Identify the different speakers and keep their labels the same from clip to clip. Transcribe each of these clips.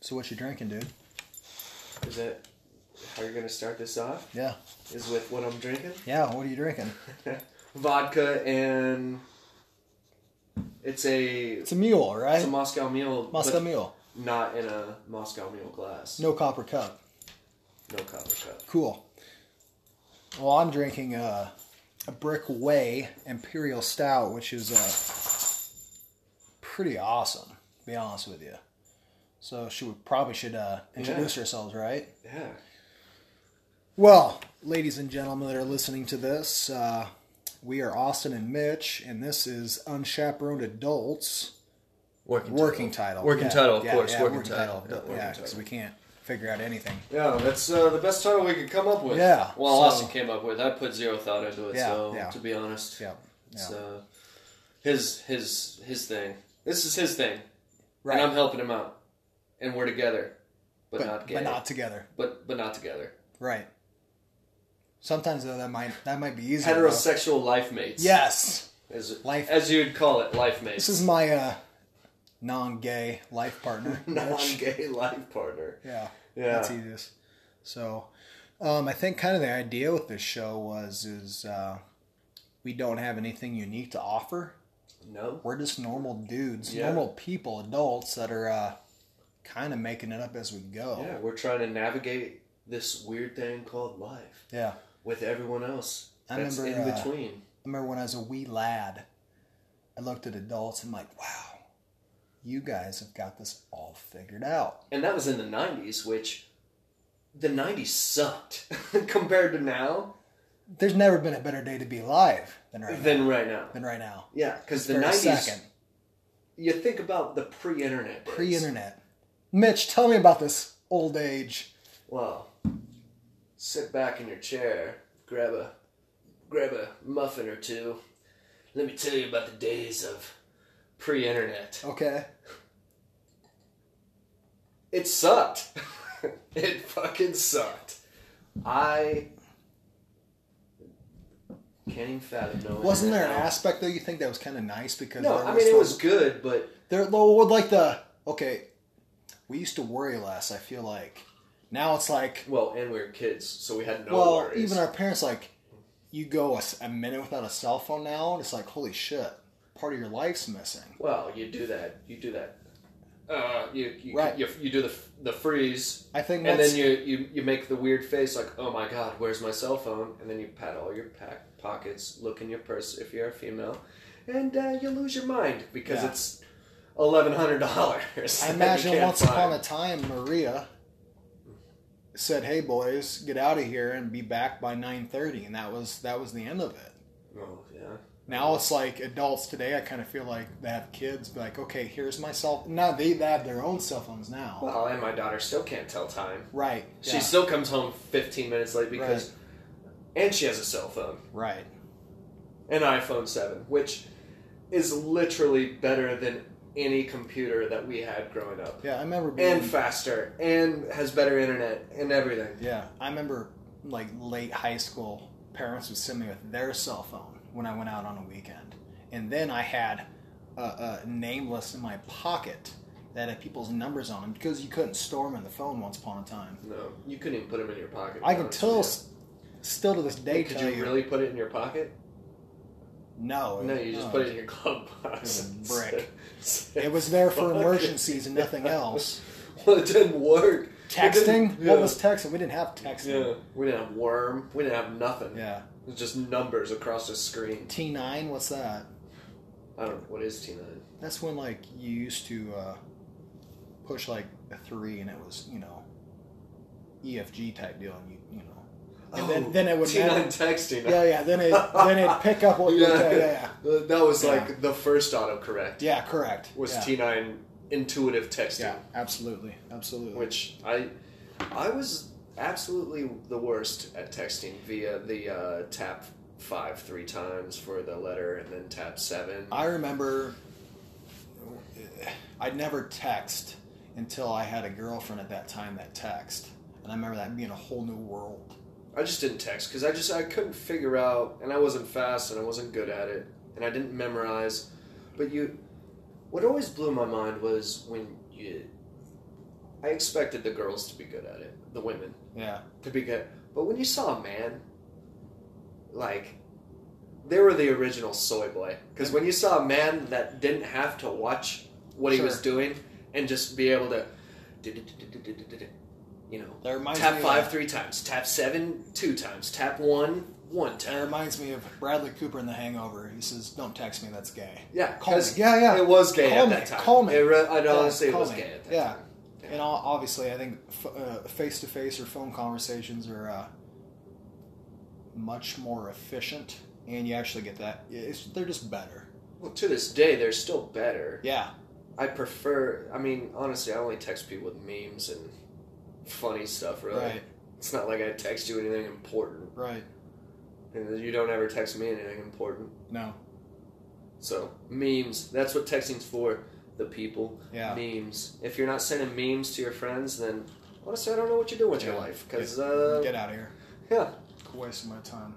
Speaker 1: So what you drinking, dude?
Speaker 2: Is that how you're gonna start this off?
Speaker 1: Yeah,
Speaker 2: Is with what I'm drinking?
Speaker 1: yeah. What are you drinking?
Speaker 2: Vodka and it's a
Speaker 1: It's a mule, right?
Speaker 2: it's a Moscow Mule,
Speaker 1: Moscow mule.
Speaker 2: but not in a Moscow Mule glass.
Speaker 1: No copper cup.
Speaker 2: no copper cup.
Speaker 1: Cool. Well, I'm drinking uh, a Brick Way Imperial Stout, which is uh, pretty awesome. To be honest with you. So she would, probably should uh, introduce ourselves, right?
Speaker 2: Yeah,
Speaker 1: Well, ladies and gentlemen that are listening to this, uh, we are Austin and Mitch, and this is Unchaperoned Adults.
Speaker 3: Working,
Speaker 1: Working title.
Speaker 3: Working
Speaker 1: Yeah,
Speaker 3: title, of
Speaker 1: yeah,
Speaker 3: course.
Speaker 1: yeah,
Speaker 3: working, title.
Speaker 1: Yeah,
Speaker 3: Yeah, working
Speaker 1: because
Speaker 3: title.
Speaker 1: we can't figure out anything.
Speaker 2: yeah. That's uh, the best title we could come up with.
Speaker 1: Yeah,
Speaker 2: Well,
Speaker 1: so-
Speaker 2: Austin came up with. I put zero thought into it.
Speaker 1: Yeah,
Speaker 2: so
Speaker 1: yeah.
Speaker 2: to be honest,
Speaker 1: Yeah. yeah.
Speaker 2: it's uh, his his his thing. This is his thing,
Speaker 1: right.
Speaker 2: and I'm helping him out, and we're together, but,
Speaker 1: but,
Speaker 2: not gay.
Speaker 1: but not together.
Speaker 2: but but not together.
Speaker 1: Right. Sometimes though that might that might be easier. though.
Speaker 2: Heterosexual life mates.
Speaker 1: Yes.
Speaker 2: as
Speaker 1: Life-
Speaker 2: as you'd call it, life
Speaker 1: This
Speaker 2: mates.
Speaker 1: is my uh, non-gay life partner. Mitch.
Speaker 2: Non-gay life partner.
Speaker 1: Yeah.
Speaker 2: Yeah.
Speaker 1: That's easiest. So, um, I think kind of the idea with this show was is uh, we don't have anything unique to offer.
Speaker 2: No.
Speaker 1: We're just normal dudes,
Speaker 2: Yeah.
Speaker 1: normal people, adults that are uh, kind of making it up as we go.
Speaker 2: Yeah, we're trying to navigate this weird thing called life
Speaker 1: Yeah.
Speaker 2: with everyone else.
Speaker 1: I
Speaker 2: that's
Speaker 1: remember,
Speaker 2: in
Speaker 1: uh,
Speaker 2: between.
Speaker 1: I remember when I was a wee lad, I looked at adults and I'm like, wow, you guys have got this all figured out.
Speaker 2: And that was in the '90s, which the '90s sucked compared to now
Speaker 1: There's never been a better day to be alive than right now.
Speaker 2: than right now.
Speaker 1: Than right now.
Speaker 2: Yeah, because the
Speaker 1: Very
Speaker 2: '90s.
Speaker 1: second.
Speaker 2: You think about the pre-internet. days.
Speaker 1: Pre-internet. Mitch, tell me about this old age.
Speaker 2: Well, sit back in your chair, grab a grab a muffin or two. Let me tell you about the days of pre-internet.
Speaker 1: Okay.
Speaker 2: It sucked. it fucking sucked. I can't even fathom knowing.
Speaker 1: Wasn't there an
Speaker 2: now.
Speaker 1: aspect though you think that was kind of nice because
Speaker 2: No,
Speaker 1: there
Speaker 2: I mean it was
Speaker 1: like-
Speaker 2: good, but
Speaker 1: there though with like the okay. We used to worry less. I feel like now it's like
Speaker 2: well, and we were kids, so we had no
Speaker 1: well,
Speaker 2: worries.
Speaker 1: even our parents like you go a, s- a minute without a cell phone now, and it's like holy shit, part of your life's missing.
Speaker 2: well, you do that. You do that. Uh, you you,
Speaker 1: Right.
Speaker 2: you you do the the freeze
Speaker 1: I think
Speaker 2: And
Speaker 1: that's
Speaker 2: then you, you you make the weird face like, oh my god, where's my cell phone? And then you pat all your pack pockets, look in your purse if you're a female, and uh, you lose your mind because
Speaker 1: Yeah.
Speaker 2: it's eleven hundred dollars.
Speaker 1: I imagine once upon a time Maria said, "Hey boys, get out of here and be back by 9:30," and that was that was the end of it.
Speaker 2: Oh yeah.
Speaker 1: Now it's like adults today. I kind of feel like they have kids, be like, okay, here's my cell. Now they, they have their own cell phones now,
Speaker 2: Well, and my daughter still can't tell time.
Speaker 1: right?
Speaker 2: She
Speaker 1: yeah,
Speaker 2: still comes home fifteen minutes late because, and she has a cell phone,
Speaker 1: right.
Speaker 2: an iPhone seven, which is literally better than any computer that we had growing up.
Speaker 1: Yeah, I remember being.
Speaker 2: and faster and has better internet and everything.
Speaker 1: yeah, I remember like late high school. Parents would send me with their cell phone when I went out on a weekend, and then I had a, a name list in my pocket that had people's numbers on them because you couldn't store them in the phone once upon a time.
Speaker 2: No, you couldn't even put them in your pocket.
Speaker 1: I can
Speaker 2: honestly.
Speaker 1: tell, s- still to this day,
Speaker 2: Could
Speaker 1: tell
Speaker 2: you really put it in your pocket?
Speaker 1: no,
Speaker 2: No, you just
Speaker 1: no.
Speaker 2: put it in your glove box.
Speaker 1: It was a brick. It was there for
Speaker 2: Fuck.
Speaker 1: emergencies and nothing else.
Speaker 2: well, it didn't work. It
Speaker 1: Texting?
Speaker 2: didn't- yeah.
Speaker 1: What was texting? We didn't have
Speaker 2: Yeah,
Speaker 1: texting.
Speaker 2: we didn't have worm. We didn't have nothing.
Speaker 1: Yeah.
Speaker 2: It was just numbers across the screen.
Speaker 1: T9, what's that?
Speaker 2: I don't know what is T nine.
Speaker 1: That's when, like, you used to uh, push, like, a three and it was, you know, EFG type deal and you, you know. And then, then it would.
Speaker 2: Oh, T nine
Speaker 1: matter-
Speaker 2: texting.
Speaker 1: Yeah, yeah. Then it then it'd pick up what you
Speaker 2: Yeah.
Speaker 1: yeah, yeah, yeah.
Speaker 2: Uh, That was
Speaker 1: Yeah.
Speaker 2: like the first autocorrect.
Speaker 1: Yeah, correct.
Speaker 2: Was
Speaker 1: yeah.
Speaker 2: T nine intuitive texting?
Speaker 1: Yeah, absolutely. Absolutely.
Speaker 2: which I I was absolutely the worst at texting via the uh, tap five three times for the letter and then tap seven.
Speaker 1: I remember I'd never text until I had a girlfriend at that time that text. And I remember that being a whole new world.
Speaker 2: I just didn't text because I just I couldn't figure out, and I wasn't fast, and I wasn't good at it, and I didn't memorize. But you, what always blew my mind was when you I expected the girls to be good at it, the women
Speaker 1: Yeah.
Speaker 2: to be good. But when you saw a man, like, they were the original soy boy. Because when you saw a man that didn't have to watch what he
Speaker 1: Sure.
Speaker 2: was doing and just be able to, you know,
Speaker 1: That reminds
Speaker 2: tap
Speaker 1: me
Speaker 2: five
Speaker 1: Of,
Speaker 2: three times, tap seven two times, tap one one
Speaker 1: that
Speaker 2: time.
Speaker 1: reminds me of Bradley Cooper in The Hangover. He says, "Don't text me. That's gay."
Speaker 2: Yeah,
Speaker 1: Call
Speaker 2: 'cause
Speaker 1: me. Yeah, yeah.
Speaker 2: It was gay
Speaker 1: Call
Speaker 2: at
Speaker 1: me,
Speaker 2: that time.
Speaker 1: call me.
Speaker 2: It re- I'd
Speaker 1: Yeah,
Speaker 2: honestly, it
Speaker 1: call
Speaker 2: was
Speaker 1: me.
Speaker 2: gay at that
Speaker 1: Yeah.
Speaker 2: time.
Speaker 1: And all, obviously, I think f- uh, face-to-face or phone conversations are uh, much more efficient, and you actually get that. It's, they're just better.
Speaker 2: Well, to this day, they're still better.
Speaker 1: Yeah.
Speaker 2: I prefer. I mean, honestly, I only text people with memes and funny stuff. Really,
Speaker 1: Right.
Speaker 2: it's not like I text you anything important,
Speaker 1: Right.
Speaker 2: and you don't ever text me anything important.
Speaker 1: No.
Speaker 2: So memes. That's what texting's for. The people
Speaker 1: Yeah.
Speaker 2: memes. If you're not sending memes to your friends, then honestly, I don't know what you're doing with
Speaker 1: Yeah.
Speaker 2: your life. Because uh,
Speaker 1: Get out of here.
Speaker 2: yeah,
Speaker 1: Wasting my time.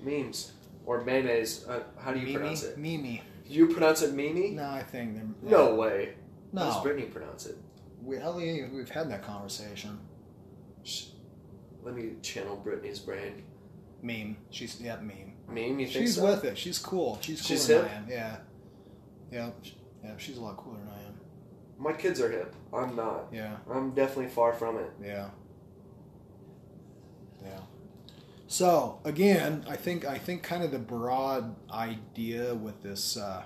Speaker 2: memes or memes. Uh, how do you
Speaker 1: Mimi?
Speaker 2: pronounce it?
Speaker 1: Mimi.
Speaker 2: You pronounce it Mimi?
Speaker 1: No, I think they're
Speaker 2: No way. How does
Speaker 1: No.
Speaker 2: Brittany pronounce it?
Speaker 1: We, hell, we- we've had that conversation.
Speaker 2: Let me channel Brittany's brain.
Speaker 1: Meme. She's yeah, meme.
Speaker 2: Meme. You think
Speaker 1: She's
Speaker 2: so?
Speaker 1: with it. She's cool. She's cooler
Speaker 2: She's
Speaker 1: than
Speaker 2: hip?
Speaker 1: I am. Yeah. Yeah. Yeah. She's a lot cooler than I am.
Speaker 2: My kids are hip. I'm not.
Speaker 1: Yeah.
Speaker 2: I'm definitely far from it.
Speaker 1: Yeah. Yeah. So again, I think I think kind of the broad idea with this uh,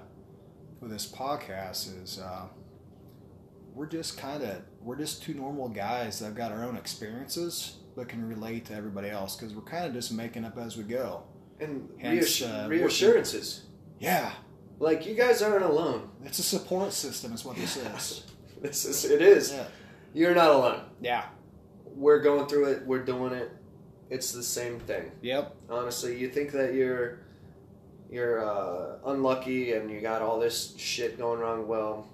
Speaker 1: with this podcast is uh, we're just kind of we're just two normal guys that've got our own experiences but can relate to everybody else because we're kind of just making up as we go.
Speaker 2: And
Speaker 1: Hence,
Speaker 2: reassu-
Speaker 1: uh, working-
Speaker 2: reassurances.
Speaker 1: Yeah,
Speaker 2: Like you guys aren't alone.
Speaker 1: it's a support system, is what this is.
Speaker 2: This is it is.
Speaker 1: Yeah.
Speaker 2: You're not alone.
Speaker 1: yeah.
Speaker 2: We're going through it. We're doing it. It's the same thing.
Speaker 1: Yep.
Speaker 2: Honestly, you think that you're you're uh, unlucky and you got all this shit going wrong. Well,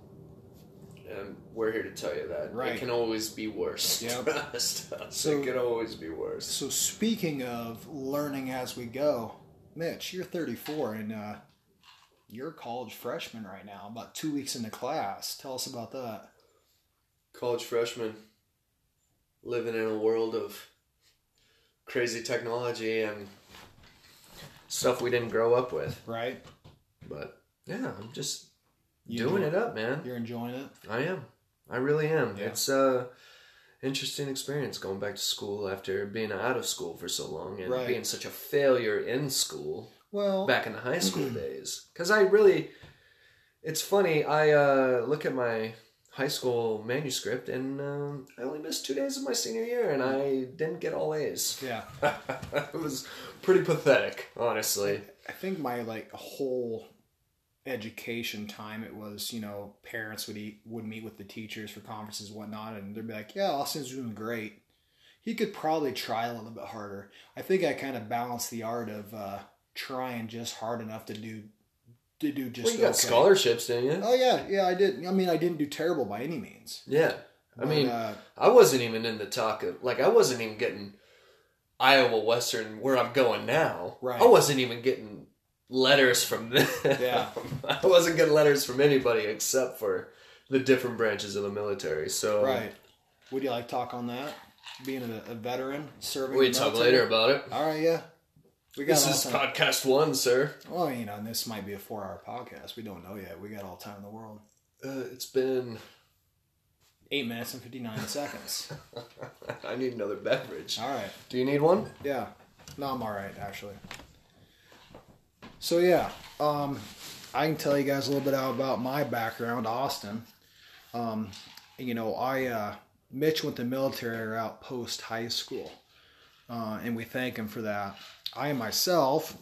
Speaker 2: um, we're here to tell you that
Speaker 1: Right.
Speaker 2: it can always be worse.
Speaker 1: Yep.
Speaker 2: Trust us.
Speaker 1: So-
Speaker 2: it can always be worse.
Speaker 1: So speaking of learning as we go, Mitch, you're 34 and uh, you're a college freshman right now, about two weeks into class. Tell us about that.
Speaker 2: college freshman living in a world of crazy technology and stuff we didn't grow up with.
Speaker 1: Right?
Speaker 2: But yeah, I'm just
Speaker 1: You
Speaker 2: doing
Speaker 1: enjoy-
Speaker 2: it up, man.
Speaker 1: You're enjoying it.
Speaker 2: I am. I really am.
Speaker 1: Yeah.
Speaker 2: It's a interesting experience going back to school after being out of school for so long and
Speaker 1: Right.
Speaker 2: being such a failure in school
Speaker 1: Well,
Speaker 2: back in the high school days because i really it's funny i uh, look at my high school manuscript and um, i only missed two days of my senior year and i didn't get all a's
Speaker 1: yeah.
Speaker 2: it was pretty pathetic honestly
Speaker 1: I think my like whole education time it was you know parents would eat, would meet with the teachers for conferences and whatnot and they'd be like yeah austin's doing great he could probably try a little bit harder i think i kind of balanced the art of uh trying just hard enough to do to do just
Speaker 2: well, you got
Speaker 1: okay.
Speaker 2: scholarships didn't you
Speaker 1: oh yeah yeah i did i mean i didn't do terrible by any means
Speaker 2: yeah i
Speaker 1: But,
Speaker 2: mean
Speaker 1: uh,
Speaker 2: i wasn't even in the talk of like i wasn't even getting iowa western where i'm going now
Speaker 1: Right.
Speaker 2: i wasn't even getting letters from them
Speaker 1: Yeah.
Speaker 2: I wasn't getting letters from anybody except for the different branches of the military. So
Speaker 1: right would you like to talk on that being a, a veteran serving
Speaker 2: we
Speaker 1: the
Speaker 2: talk
Speaker 1: military?
Speaker 2: later about it.
Speaker 1: all right yeah we got
Speaker 2: This
Speaker 1: all
Speaker 2: is
Speaker 1: time.
Speaker 2: podcast one, sir.
Speaker 1: Well, you know, and this might be a four hour podcast. We don't know yet. We got all the time in the world.
Speaker 2: Uh, it's been.
Speaker 1: Eight minutes and 59 seconds.
Speaker 2: I need another beverage.
Speaker 1: All right.
Speaker 2: Do you need one?
Speaker 1: Yeah. No, I'm all right, actually. So, yeah, um, I can tell you guys a little bit about my background, Austin. Um, you know, I, uh, Mitch went the military route post high school, uh, and we thank him for that. I myself,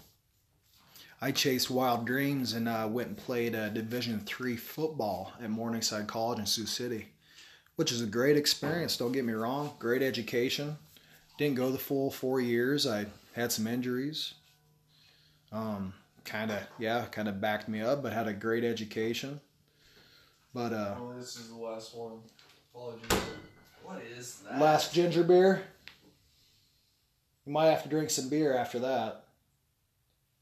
Speaker 1: I chased wild dreams and uh, went and played uh, Division three football at Morningside College in Sioux City, which is a great experience. Don't get me wrong, great education, didn't go the full four years. I had some injuries. Um, kind of, yeah, kind of backed me up, but had a great education. But uh,
Speaker 2: Oh, this is the last one. Apologies. What is that?
Speaker 1: last ginger beer, you might have to drink some beer after that,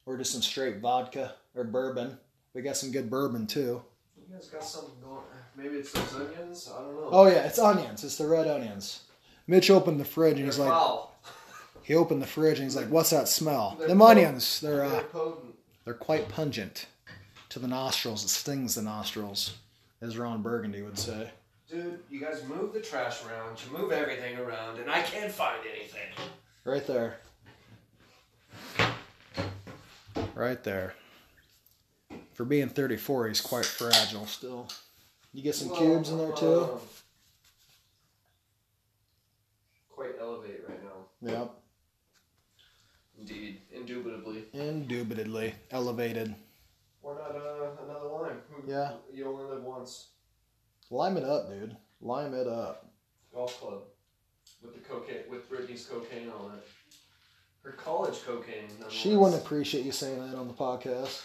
Speaker 1: or just some straight vodka or bourbon. We got some good bourbon too.
Speaker 2: You guys got something going. Maybe it's those onions. I don't know.
Speaker 1: Oh yeah, it's onions. It's the red onions. Mitch opened the fridge and he's
Speaker 2: They're
Speaker 1: like,
Speaker 2: foul.
Speaker 1: he opened the fridge and he's like, what's that smell?
Speaker 2: They're
Speaker 1: Them
Speaker 2: cold.
Speaker 1: onions. They're uh,
Speaker 2: They're potent.
Speaker 1: they're quite pungent to the nostrils. It stings the nostrils, as Ron Burgundy would say.
Speaker 2: Dude, you guys move the trash around. You move everything around, and I can't find anything.
Speaker 1: Right there. Right there. For being 34, he's quite fragile still. You get some
Speaker 2: Whoa,
Speaker 1: cubes in there too?
Speaker 2: whoa. Quite elevate right now.
Speaker 1: Yep.
Speaker 2: Indeed, indubitably.
Speaker 1: Indubitably. Elevated.
Speaker 2: Why not uh, another lime?
Speaker 1: Yeah.
Speaker 2: You only live once.
Speaker 1: Lime it up, dude. Lime it up.
Speaker 2: Golf club. With the cocaine, with Britney's cocaine on it. Her college cocaine.
Speaker 1: She wouldn't appreciate you saying that on the podcast.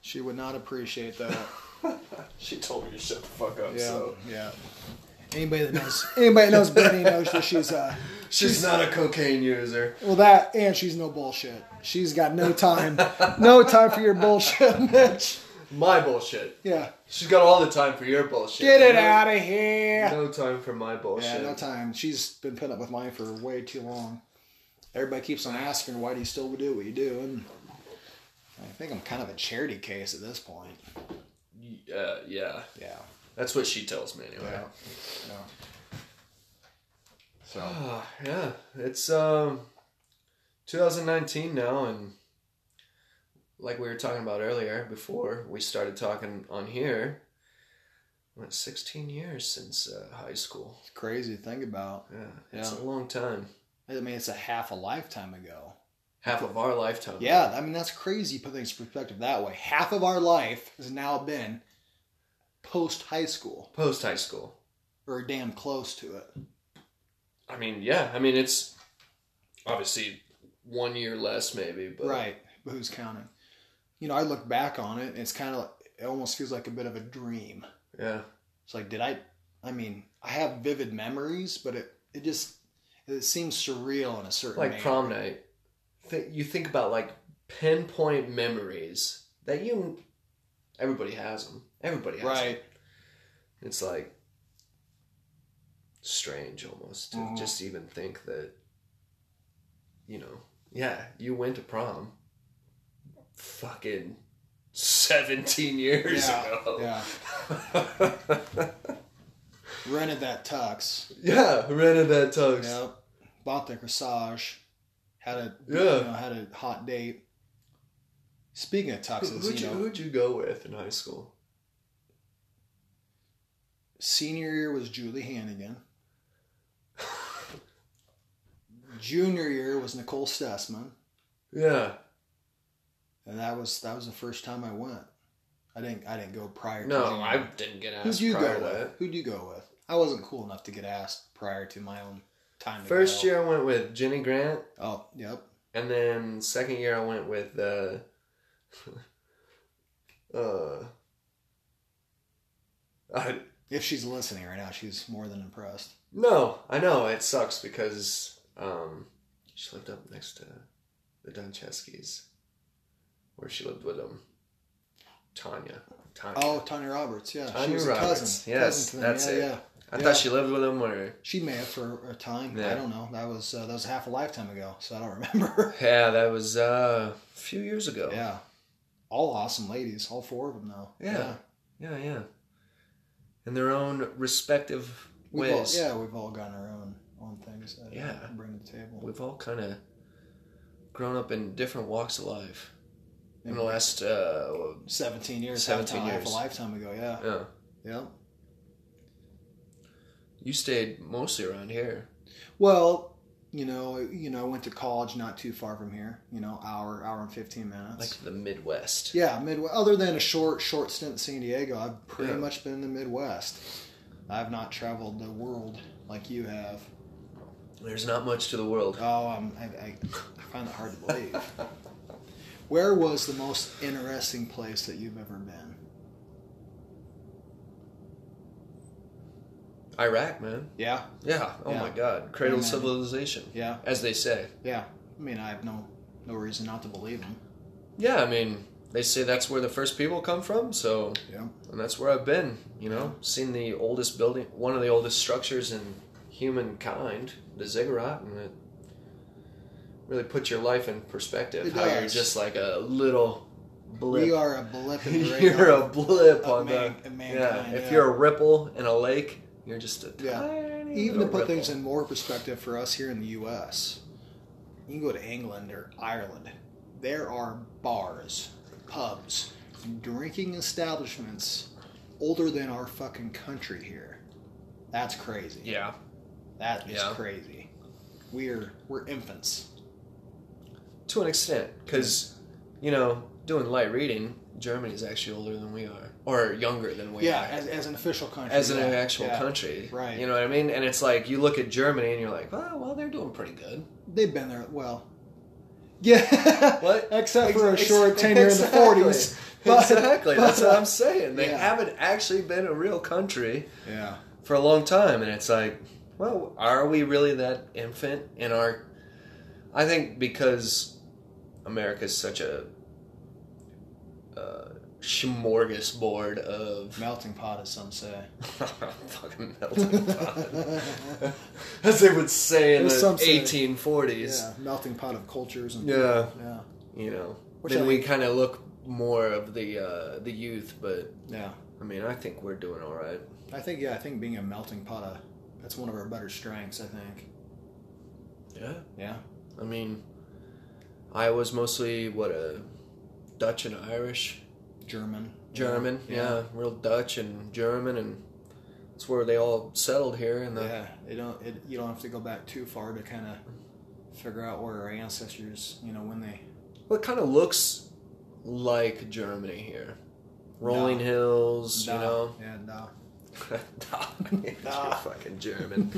Speaker 1: She would not appreciate that.
Speaker 2: she told me to shut the fuck up.
Speaker 1: Yeah. Yeah. Anybody that knows anybody that knows Brittany knows that she's uh
Speaker 2: she's not a cocaine user.
Speaker 1: Well, that and she's no bullshit. She's got no time, no time for your bullshit, Mitch.
Speaker 2: My bullshit.
Speaker 1: Yeah,
Speaker 2: She's got all the time for your bullshit.
Speaker 1: get it
Speaker 2: No-
Speaker 1: out of here.
Speaker 2: No time for my bullshit.
Speaker 1: yeah, no time. She's been putting up with mine for way too long. Everybody keeps on asking why do you still do what you do, and I think I'm kind of a charity case at this point.
Speaker 2: Yeah, uh, yeah.
Speaker 1: Yeah,
Speaker 2: That's what she tells me anyway.
Speaker 1: yeah, no. So
Speaker 2: Ah, yeah, it's um, 2019 now, and like we were talking about earlier, before we started talking on here, went 16 years since uh, high school.
Speaker 1: it's crazy to think about.
Speaker 2: Yeah, it's
Speaker 1: Yeah.
Speaker 2: a long time,
Speaker 1: I mean, it's a half a lifetime ago.
Speaker 2: half of our lifetime.
Speaker 1: Yeah, I mean that's crazy. Put things in perspective that way. Half of our life has now been post high school,
Speaker 2: post high school.
Speaker 1: or damn close to it.
Speaker 2: I mean, yeah, I mean it's obviously one year less maybe, but
Speaker 1: right, but who's counting? You know, I look back on it, and it's kind of it almost feels like a bit of a dream.
Speaker 2: yeah,
Speaker 1: It's like, did I? I mean, I have vivid memories, but it it just it seems surreal in a certain
Speaker 2: like
Speaker 1: manner.
Speaker 2: prom night. Th- you think about like pinpoint memories that you. Everybody has them. Everybody has 'em.
Speaker 1: Right,
Speaker 2: It's like strange almost to
Speaker 1: Mhm.
Speaker 2: just even think that. You know, yeah, you went to prom. Fucking seventeen years
Speaker 1: Yeah,
Speaker 2: ago.
Speaker 1: yeah.
Speaker 2: Yeah.
Speaker 1: Rented that tux.
Speaker 2: rented that tux.
Speaker 1: Yep. Bought the corsage. Had a
Speaker 2: Yeah.
Speaker 1: you know, had a hot date. Speaking of
Speaker 2: Who,
Speaker 1: tuxes,
Speaker 2: who'd,
Speaker 1: you
Speaker 2: you,
Speaker 1: know,
Speaker 2: who'd you go with in high school?
Speaker 1: senior year was Julie Hannigan. Junior year was Nicole Stessman,
Speaker 2: Yeah.
Speaker 1: and that was that was the first time I went. I didn't I didn't go prior.
Speaker 2: No,
Speaker 1: to junior.
Speaker 2: I didn't get asked.
Speaker 1: Who'd you
Speaker 2: prior
Speaker 1: go
Speaker 2: to
Speaker 1: with?
Speaker 2: that.
Speaker 1: Who'd you go with? I wasn't cool enough to get asked prior to my own time. to
Speaker 2: First
Speaker 1: go.
Speaker 2: year I went with Jenny Grant,
Speaker 1: Oh, yep.
Speaker 2: and then second year I went with uh, uh, I,
Speaker 1: If she's listening right now, she's more than impressed.
Speaker 2: no, I know it sucks because um, she lived up next to the Duncheskys, where she lived with them, Tanya. Tanya.
Speaker 1: Oh, Tanya Roberts. Yeah, she
Speaker 2: Tanya
Speaker 1: was a
Speaker 2: Roberts,
Speaker 1: cousin.
Speaker 2: yes,
Speaker 1: cousin to them.
Speaker 2: that's
Speaker 1: yeah,
Speaker 2: it.
Speaker 1: yeah.
Speaker 2: I
Speaker 1: yeah.
Speaker 2: thought she lived with them, or
Speaker 1: She may have for a time. I
Speaker 2: Yeah.
Speaker 1: don't know. That was uh, that was half a lifetime ago, so I don't remember.
Speaker 2: yeah, that was uh, a few years ago.
Speaker 1: yeah, all awesome ladies, all four of them though.
Speaker 2: Yeah. Yeah, yeah. In their own respective
Speaker 1: we've
Speaker 2: ways.
Speaker 1: all, yeah, we've all gotten our own own things. That,
Speaker 2: Yeah.
Speaker 1: yeah, bring to the table.
Speaker 2: We've all kind of grown up in different walks of life in the
Speaker 1: Yeah.
Speaker 2: last, uh,
Speaker 1: Seventeen years,
Speaker 2: 17
Speaker 1: half, half
Speaker 2: years.
Speaker 1: a lifetime ago. Yeah,
Speaker 2: yeah.
Speaker 1: yeah.
Speaker 2: You stayed mostly around here.
Speaker 1: Well, you know, you know, I went to college not too far from here. You know, hour, hour and fifteen minutes.
Speaker 2: Like the Midwest.
Speaker 1: Yeah, Midwest. Other than a short, short stint in San Diego, I've pretty
Speaker 2: Yeah.
Speaker 1: much been in the Midwest. I've not traveled the world like you have.
Speaker 2: There's not much to the world.
Speaker 1: Oh, um, I, I, I find that hard to believe. Where was the most interesting place that you've ever been?
Speaker 2: Iraq, man.
Speaker 1: Yeah,
Speaker 2: Yeah. Oh
Speaker 1: Yeah.
Speaker 2: my God. Cradle of
Speaker 1: Amen.
Speaker 2: civilization,
Speaker 1: yeah,
Speaker 2: as they say.
Speaker 1: yeah. I mean, I have no no reason not to believe him.
Speaker 2: Yeah, I mean, they say that's where the first people come from, so
Speaker 1: Yeah.
Speaker 2: and that's where I've been. You know, seen the oldest building, one of the oldest structures in humankind, the ziggurat, and it really puts your life in perspective.
Speaker 1: It
Speaker 2: how you're
Speaker 1: does.
Speaker 2: just like a little blip.
Speaker 1: We are a blip in the radar.
Speaker 2: you're a blip
Speaker 1: of
Speaker 2: on
Speaker 1: man-
Speaker 2: the
Speaker 1: of
Speaker 2: yeah.
Speaker 1: mankind,
Speaker 2: If
Speaker 1: yeah.
Speaker 2: you're a ripple in a lake, you're just a
Speaker 1: Yeah.
Speaker 2: tiny
Speaker 1: Even to
Speaker 2: little
Speaker 1: put things
Speaker 2: ripple.
Speaker 1: in more perspective for us here in the U.S., you can go to England or Ireland. There are bars, pubs, drinking establishments older than our fucking country here. That's crazy.
Speaker 2: Yeah,
Speaker 1: That is
Speaker 2: Yeah.
Speaker 1: crazy. We're we're infants.
Speaker 2: to an extent, because you know, doing light reading, Germany's actually older than we are, or younger than we
Speaker 1: yeah,
Speaker 2: are.
Speaker 1: as, as an official country.
Speaker 2: as an
Speaker 1: yeah,
Speaker 2: actual
Speaker 1: yeah.
Speaker 2: country.
Speaker 1: Right.
Speaker 2: You know what I mean? And it's like you look at Germany and you're like, well, well they're doing pretty good.
Speaker 1: They've been there. Well, yeah.
Speaker 2: What?
Speaker 1: Except for a
Speaker 2: Ex-
Speaker 1: short
Speaker 2: ex-
Speaker 1: tenure
Speaker 2: exactly.
Speaker 1: in the 40s. But-
Speaker 2: exactly. That's
Speaker 1: but,
Speaker 2: what I'm saying. They
Speaker 1: yeah.
Speaker 2: haven't actually been a real country
Speaker 1: Yeah.
Speaker 2: for a long time. And it's like, well, are we really that infant in our. I think because America's such a. Uh, smorgasbord of
Speaker 1: Melting pot, as some say.
Speaker 2: fucking melting pot. As they would say in
Speaker 1: There's
Speaker 2: the
Speaker 1: some say.
Speaker 2: 1840s.
Speaker 1: yeah, melting pot of cultures and
Speaker 2: Yeah,
Speaker 1: yeah,
Speaker 2: you know.
Speaker 1: Which
Speaker 2: then
Speaker 1: I-
Speaker 2: we kind of look more of the uh, the youth, but
Speaker 1: yeah.
Speaker 2: I mean, I think we're doing all right.
Speaker 1: I think yeah, I think being a melting pot of that's one of our better strengths. I think.
Speaker 2: Yeah.
Speaker 1: Yeah.
Speaker 2: I mean, I was mostly what a Dutch and Irish,
Speaker 1: German.
Speaker 2: German, yeah, real Dutch and German, and that's where they all settled here. And
Speaker 1: Yeah.
Speaker 2: the
Speaker 1: It don't. It, you don't have to go back too far to kind of figure out where our ancestors. You know when they.
Speaker 2: well, it kind of looks like Germany here, rolling
Speaker 1: Nah.
Speaker 2: hills, you know.
Speaker 1: Yeah. No.
Speaker 2: You're fucking German.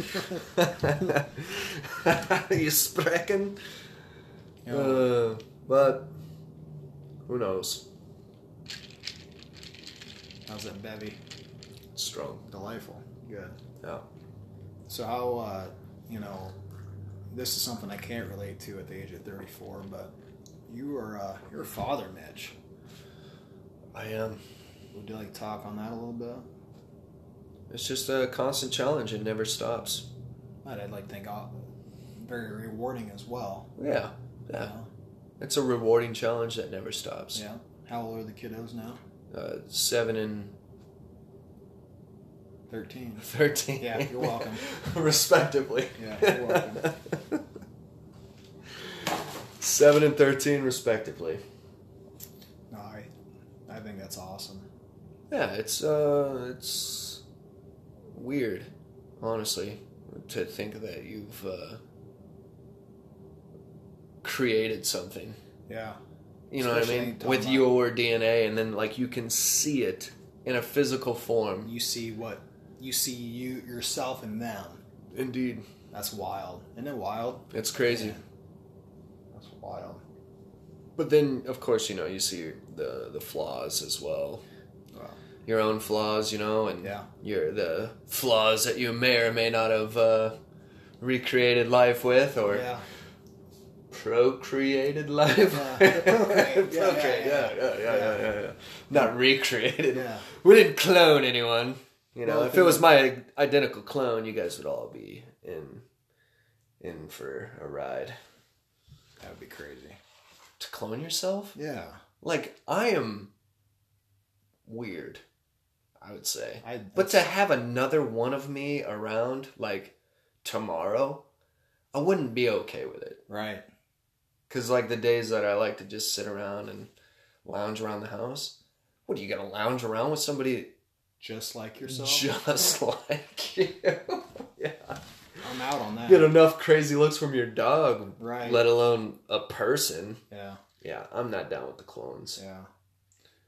Speaker 2: you sprechen?
Speaker 1: Yeah.
Speaker 2: Uh, but who knows?
Speaker 1: How's that bevy?
Speaker 2: Strong.
Speaker 1: Delightful. Good.
Speaker 2: Yeah.
Speaker 1: So how uh, you know, this is something I can't relate to at the age of thirty four, but you are uh, your father, Mitch.
Speaker 2: I um, am.
Speaker 1: Would you like to talk on that a little bit?
Speaker 2: It's just a constant challenge. It never stops.
Speaker 1: But I'd like to think uh, very rewarding as well.
Speaker 2: Yeah.
Speaker 1: you
Speaker 2: Yeah.
Speaker 1: know?
Speaker 2: It's a rewarding challenge that never stops.
Speaker 1: Yeah. How old are the kiddos now?
Speaker 2: Uh, seven and
Speaker 1: Thirteen.
Speaker 2: thirteen.
Speaker 1: Yeah, you're welcome.
Speaker 2: Respectively.
Speaker 1: Yeah, you're welcome.
Speaker 2: seven and thirteen, respectively.
Speaker 1: No, I, I think that's awesome.
Speaker 2: Yeah, it's uh, it's weird, honestly, to think that you've uh, created something.
Speaker 1: Yeah.
Speaker 2: You know
Speaker 1: Especially
Speaker 2: what I mean?
Speaker 1: talking
Speaker 2: With
Speaker 1: about-
Speaker 2: your DNA, and then like you can see it in a physical form.
Speaker 1: You see what you see you yourself and them.
Speaker 2: Indeed,
Speaker 1: That's wild. Isn't it wild?
Speaker 2: it's crazy.
Speaker 1: Yeah. That's wild.
Speaker 2: But then, of course, you know you see your, the the flaws as well.
Speaker 1: Wow.
Speaker 2: Your own flaws, you know, and
Speaker 1: Yeah.
Speaker 2: your the flaws that you may or may not have uh, recreated life with, or
Speaker 1: Yeah.
Speaker 2: procreated life.
Speaker 1: Yeah, procreate. Yeah,
Speaker 2: Procreate,
Speaker 1: yeah,
Speaker 2: yeah, yeah, yeah, yeah, yeah, yeah. Not recreated.
Speaker 1: Yeah.
Speaker 2: We didn't clone anyone. You know,
Speaker 1: Well,
Speaker 2: if it was my identical clone, you guys would all be in in for a ride.
Speaker 1: That would be crazy.
Speaker 2: To clone yourself?
Speaker 1: Yeah.
Speaker 2: Like I am weird, I would say.
Speaker 1: I.
Speaker 2: But to have another one of me around like tomorrow, I wouldn't be okay with it.
Speaker 1: right.
Speaker 2: Cause like the days that I like to just sit around and lounge around the house, what are you gonna lounge around with somebody
Speaker 1: Just like yourself.
Speaker 2: just like you? yeah.
Speaker 1: I'm out on that.
Speaker 2: Get enough crazy looks from your dog,
Speaker 1: Right.
Speaker 2: let alone a person.
Speaker 1: yeah.
Speaker 2: Yeah, I'm not down with the clones.
Speaker 1: Yeah.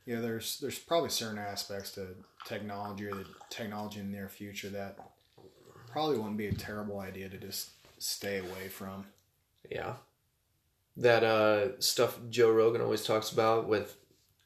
Speaker 1: Yeah, there's there's probably certain aspects to technology or the technology in the near future that probably wouldn't be a terrible idea to just stay away from.
Speaker 2: Yeah. That uh stuff Joe Rogan always talks about with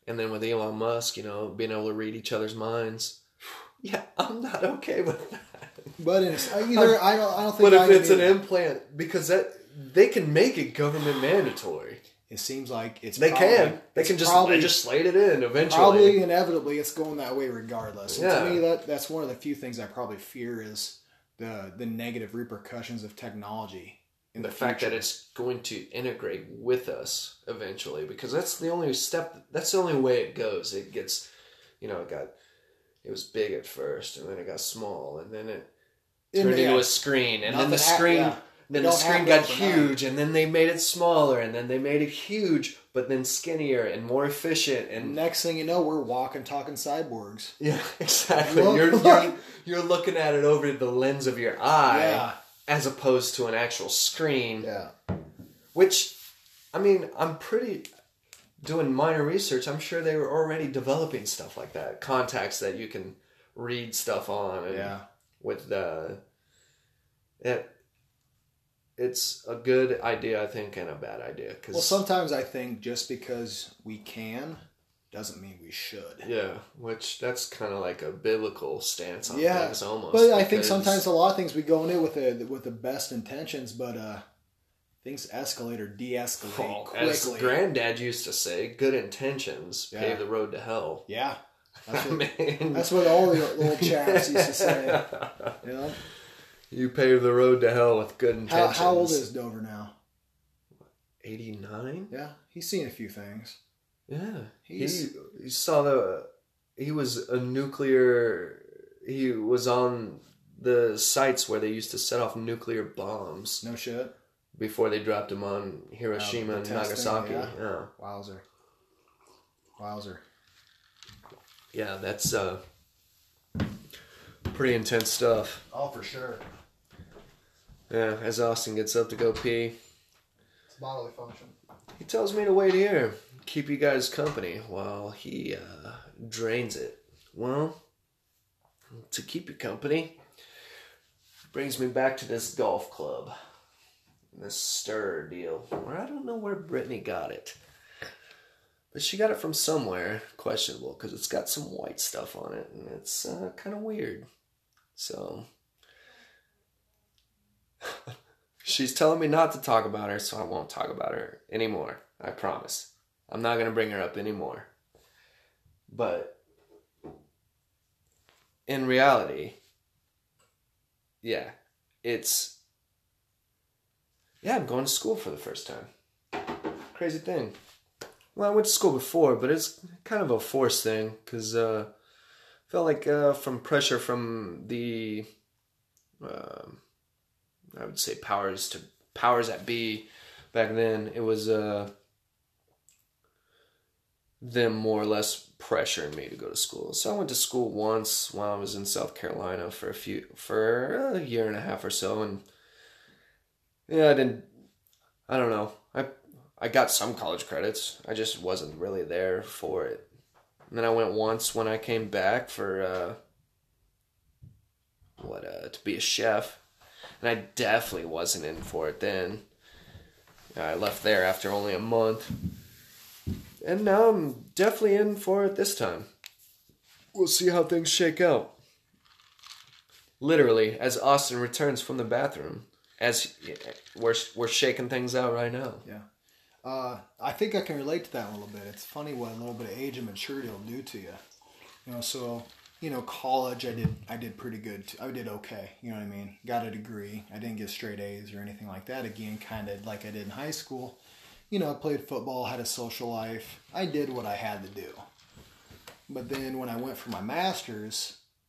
Speaker 2: and then with Elon Musk, you know, being able to read each other's minds. Yeah, I'm not okay with that.
Speaker 1: But it's either I don't I don't think
Speaker 2: But if
Speaker 1: I'd
Speaker 2: it's an
Speaker 1: be-
Speaker 2: implant, because that they can make it government mandatory.
Speaker 1: It seems like it's
Speaker 2: They
Speaker 1: probably-
Speaker 2: can. They
Speaker 1: it's
Speaker 2: can just
Speaker 1: probably-
Speaker 2: just slate it in eventually.
Speaker 1: probably inevitably it's going that way regardless. And
Speaker 2: Yeah.
Speaker 1: To me, that that's one of the few things I probably fear is the the negative repercussions of technology.
Speaker 2: And
Speaker 1: in
Speaker 2: the fact that
Speaker 1: future.
Speaker 2: it's going to integrate with us eventually because that's the only step that's the only way it goes it gets you know it got it was big at first and then it got small and then it
Speaker 1: And
Speaker 2: turned
Speaker 1: yeah,
Speaker 2: into a screen and then the
Speaker 1: nothing hap-
Speaker 2: screen
Speaker 1: yeah. It
Speaker 2: then the
Speaker 1: don't
Speaker 2: screen
Speaker 1: happen
Speaker 2: got
Speaker 1: overnight.
Speaker 2: huge and then they made it smaller and then they made it huge but then skinnier and more efficient and
Speaker 1: Next thing you know, we're walking, talking cyborgs.
Speaker 2: yeah exactly
Speaker 1: Look,
Speaker 2: you're,
Speaker 1: look.
Speaker 2: you're you're looking at it over the lens of your eye
Speaker 1: Yeah,
Speaker 2: as opposed to an actual screen
Speaker 1: yeah.
Speaker 2: Which, I mean, I'm pretty doing minor research. I'm sure they were already developing stuff like that, contacts that you can read stuff on, and
Speaker 1: Yeah.
Speaker 2: with the. It, it's a good idea, I think, and a bad idea. Cause,
Speaker 1: Well, sometimes I think just because we can doesn't mean we should.
Speaker 2: yeah, which that's kind of like a biblical stance on
Speaker 1: Yeah,
Speaker 2: things almost.
Speaker 1: But I think
Speaker 2: because-
Speaker 1: sometimes a lot of things we go in it with the with the best intentions, but uh, things escalate or de-escalate
Speaker 2: Well, as
Speaker 1: quickly.
Speaker 2: Granddad used to say, good intentions
Speaker 1: Yeah.
Speaker 2: pave the road to hell.
Speaker 1: yeah, that's
Speaker 2: I
Speaker 1: what,
Speaker 2: mean-
Speaker 1: that's what all the old chaps used to say. You know?
Speaker 2: You paved the road to hell with good
Speaker 1: how,
Speaker 2: intentions.
Speaker 1: how old is Dover now?
Speaker 2: 89?
Speaker 1: Yeah, he's seen a few things.
Speaker 2: Yeah.
Speaker 1: He's-
Speaker 2: he, he saw the. He was a nuclear. He was on the sites where they used to set off nuclear bombs
Speaker 1: No shit.
Speaker 2: before they dropped them on Hiroshima
Speaker 1: Oh, the
Speaker 2: and
Speaker 1: testing,
Speaker 2: Nagasaki. Yeah.
Speaker 1: yeah.
Speaker 2: yeah.
Speaker 1: Wowzer. Wowzer.
Speaker 2: that's uh, pretty intense stuff.
Speaker 1: Oh, for sure.
Speaker 2: Yeah, as Austin gets up to go pee,
Speaker 1: It's bodily function.
Speaker 2: he tells me to wait here, keep you guys company while he uh, drains it. Well, to keep you company brings me back to this golf club, this stir deal, where I don't know where Brittany got it. But she got it from somewhere questionable because it's got some white stuff on it and it's uh, kind of weird. So she's telling me not to talk about her, so I won't talk about her anymore. I promise. I'm not going to bring her up anymore. But in reality, yeah, it's. Yeah, I'm going to school for the first time. Crazy thing. Well, I went to school before, but it's kind of a forced thing because uh, felt like uh, from pressure from the, um I would say powers to powers at B, back then it was uh, them more or less pressuring me to go to school. So I went to school once while I was in South Carolina for a few for a year and a half or so, and yeah, I didn't. I don't know. I I got some college credits. I just wasn't really there for it. And then I went once when I came back for uh, what uh, to be a chef, and I definitely wasn't in for it then. Uh, I left there after only a month, and now I'm definitely in for it this time. We'll see how things shake out. Literally, as Austin returns from the bathroom, as we're we're shaking things out right now.
Speaker 1: Uh, I think I can relate to that a little bit. It's funny what a little bit of age and maturity will do to you. You know, so you know, college I did I did pretty good. Too. I did okay. You know what I mean? Got a degree. I didn't get straight A's or anything like that. Again, kind of like I did in high school. You know, I played football, had a social life. I did what I had to do. But then when I went for my masters,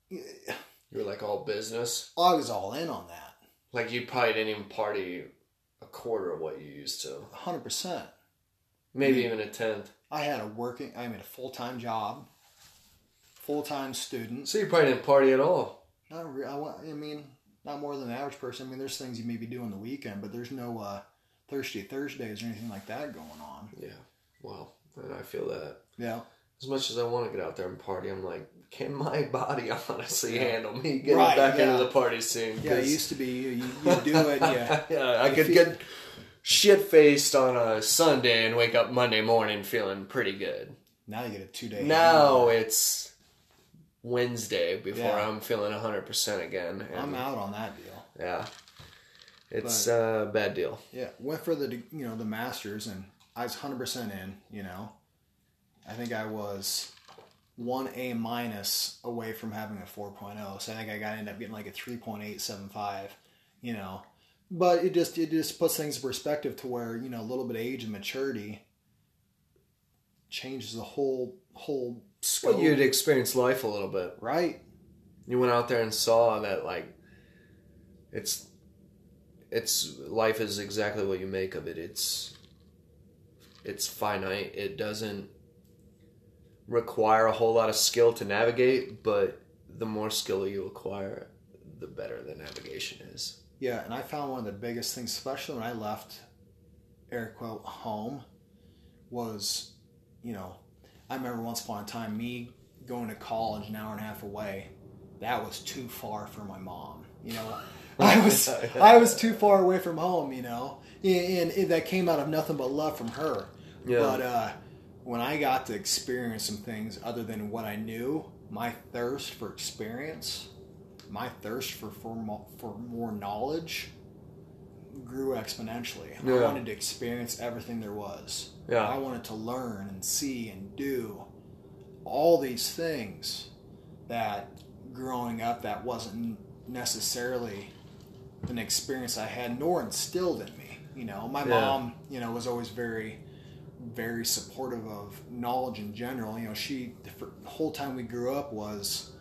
Speaker 2: You're like all business.
Speaker 1: I was all in on that.
Speaker 2: Like you probably didn't even party a quarter of what you used to.
Speaker 1: 100%.
Speaker 2: Maybe even a tenth.
Speaker 1: I had a working I mean a full-time job, full-time student.
Speaker 2: So you probably didn't party at all.
Speaker 1: Not re- I, wa- I mean, not more than the average person. I mean, there's things you maybe do on the weekend, but there's no uh, Thirsty Thursdays or anything like that going on.
Speaker 2: Yeah. Well, and I feel that.
Speaker 1: Yeah,
Speaker 2: As much as I want to get out there and party, I'm like, can my body honestly handle me getting
Speaker 1: Right,
Speaker 2: back
Speaker 1: yeah.
Speaker 2: into the party scene?
Speaker 1: yeah. It
Speaker 2: 'Cause-
Speaker 1: used to be you, you, you do it. Yeah,
Speaker 2: yeah, I
Speaker 1: If
Speaker 2: could
Speaker 1: you-
Speaker 2: get shit faced on a Sunday and wake up Monday morning feeling pretty good.
Speaker 1: now you get a two day.
Speaker 2: Now it's Wednesday before
Speaker 1: Yeah.
Speaker 2: I'm feeling 100% again. And
Speaker 1: I'm out on that deal.
Speaker 2: Yeah. It's a uh, bad deal.
Speaker 1: Yeah, went for the you know the masters, and I was 100% in, you know. I think I was 1A minus away from having a 4.0. So I think I got to end up getting like a 3.875, you know. But it just it just puts things in perspective to where, you know, a little bit of age and maturity changes the whole whole scope.
Speaker 2: Well, you'd experienced life a little bit.
Speaker 1: right?
Speaker 2: You went out there and saw that like it's it's life is exactly what you make of it. It's it's finite. It doesn't require a whole lot of skill to navigate, but the more skill you acquire, the better the navigation is.
Speaker 1: Yeah, and I found one of the biggest things, especially when I left air quote home, was, you know, I remember once upon a time me going to college an hour and a half away, that was too far for my mom. You know, I was I was too far away from home. You know, and, and that came out of nothing but love from her.
Speaker 2: Yeah.
Speaker 1: But uh, when I got to experience some things other than what I knew, my thirst for experience, my thirst for for, mo- for more knowledge, grew exponentially. I
Speaker 2: Yeah.
Speaker 1: wanted to experience everything there was.
Speaker 2: Yeah.
Speaker 1: I wanted to learn and see and do all these things that growing up that wasn't necessarily an experience I had nor instilled in me. You know, my
Speaker 2: Yeah.
Speaker 1: mom, you know, was always very very supportive of knowledge in general. You know, she for the whole time we grew up was,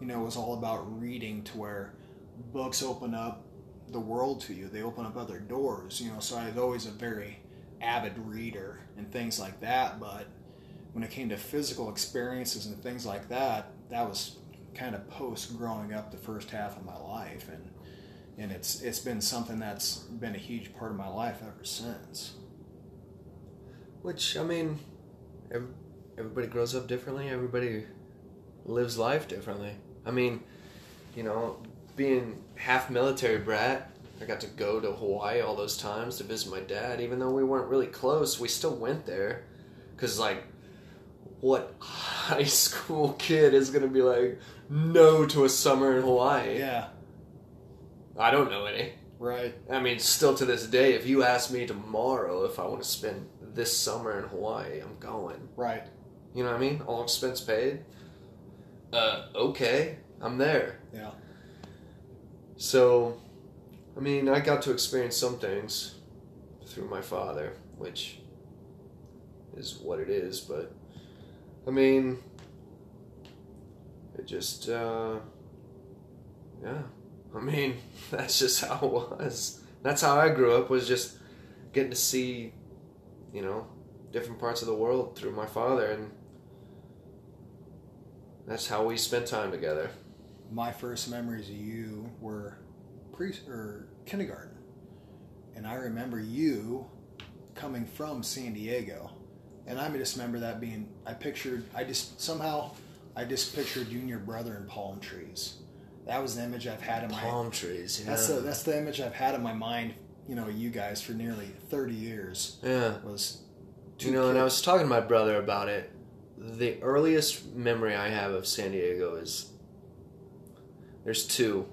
Speaker 1: you know, was all about reading to where books open up the world to you. They open up other doors. You know, so I was always a very avid reader and things like that. But when it came to physical experiences and things like that, that was kind of post growing up the first half of my life and and it's it's been something that's been a huge part of my life ever since.
Speaker 2: Which I mean, ev- everybody grows up differently. Everybody lives life differently. I mean, you know, being half military brat, I got to go to Hawaii all those times to visit my dad. Even though we weren't really close, we still went there because like. What high school kid is gonna be like no to a summer in Hawaii?
Speaker 1: Yeah,
Speaker 2: I don't know any.
Speaker 1: right.
Speaker 2: I mean, still to this day, if you ask me tomorrow if I want to spend this summer in Hawaii, I'm going.
Speaker 1: Right.
Speaker 2: You know what I mean? All expense paid. Uh, okay, I'm there.
Speaker 1: Yeah.
Speaker 2: So, I mean, I got to experience some things through my father, which is what it is, but I mean, it just, uh, yeah. I mean, that's just how it was. That's how I grew up, was just getting to see, you know, different parts of the world through my father, and that's how we spent time together.
Speaker 1: My first memories of you were pre or kindergarten, and I remember you coming from San Diego, and I just remember that being. I pictured. I just somehow. I just pictured you and your brother in palm trees. That was the image I've had in my.
Speaker 2: Palm trees, yeah.
Speaker 1: That's the, that's the image I've had in my mind. You know, you guys for nearly thirty years
Speaker 2: yeah.
Speaker 1: was.
Speaker 2: you know, and I was talking to my brother about it. The earliest memory I have of San Diego is there's two,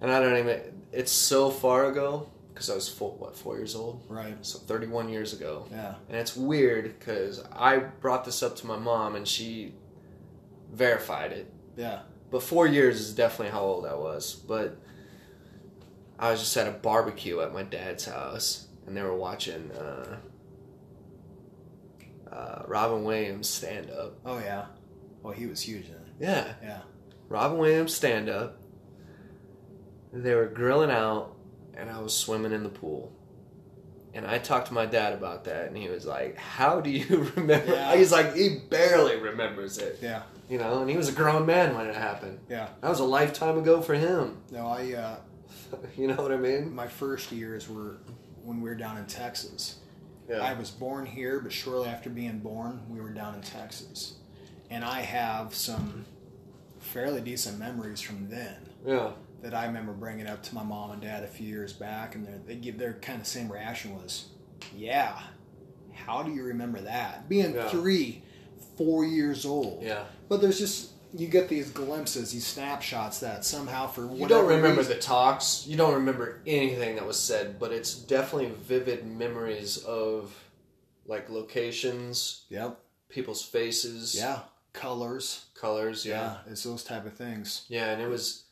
Speaker 2: and I don't even. It's so far ago because I was four, what four years old,
Speaker 1: right.
Speaker 2: so 31 years ago.
Speaker 1: Yeah.
Speaker 2: And it's weird because I brought this up to my mom and she verified it
Speaker 1: Yeah.
Speaker 2: but four years is definitely how old I was. But I was just at a barbecue at my dad's house, and they were watching uh, uh, Robin Williams stand up.
Speaker 1: Oh yeah. Well, he was huge then.
Speaker 2: Yeah,
Speaker 1: Yeah.
Speaker 2: Robin Williams stand up. They were grilling out, and I was swimming in the pool. And I talked to my dad about that, and he was like, "How do you remember?"
Speaker 1: Yeah.
Speaker 2: He's like, "He barely remembers it,"
Speaker 1: Yeah.
Speaker 2: you know. And he was a grown man when it happened.
Speaker 1: Yeah.
Speaker 2: That was a lifetime ago for him.
Speaker 1: No, I uh,
Speaker 2: You know what I mean?
Speaker 1: my first years were when we were down in Texas. I
Speaker 2: Yeah.
Speaker 1: was born here, but shortly after being born, we were down in Texas, and I have some fairly decent memories from then
Speaker 2: Yeah.
Speaker 1: that I remember bringing up to my mom and dad a few years back, and their they give their kind of same reaction was, "Yeah, how do you remember that?" Being
Speaker 2: Yeah.
Speaker 1: three, four years old.
Speaker 2: Yeah.
Speaker 1: But there's just you get these glimpses, these snapshots that somehow for
Speaker 2: You don't remember
Speaker 1: reason-
Speaker 2: the talks. You don't remember anything that was said, but it's definitely vivid memories of like locations,
Speaker 1: Yep.
Speaker 2: people's faces,
Speaker 1: Yeah. Colors.
Speaker 2: colors, yeah.
Speaker 1: Yeah. It's those type of things.
Speaker 2: Yeah, and it was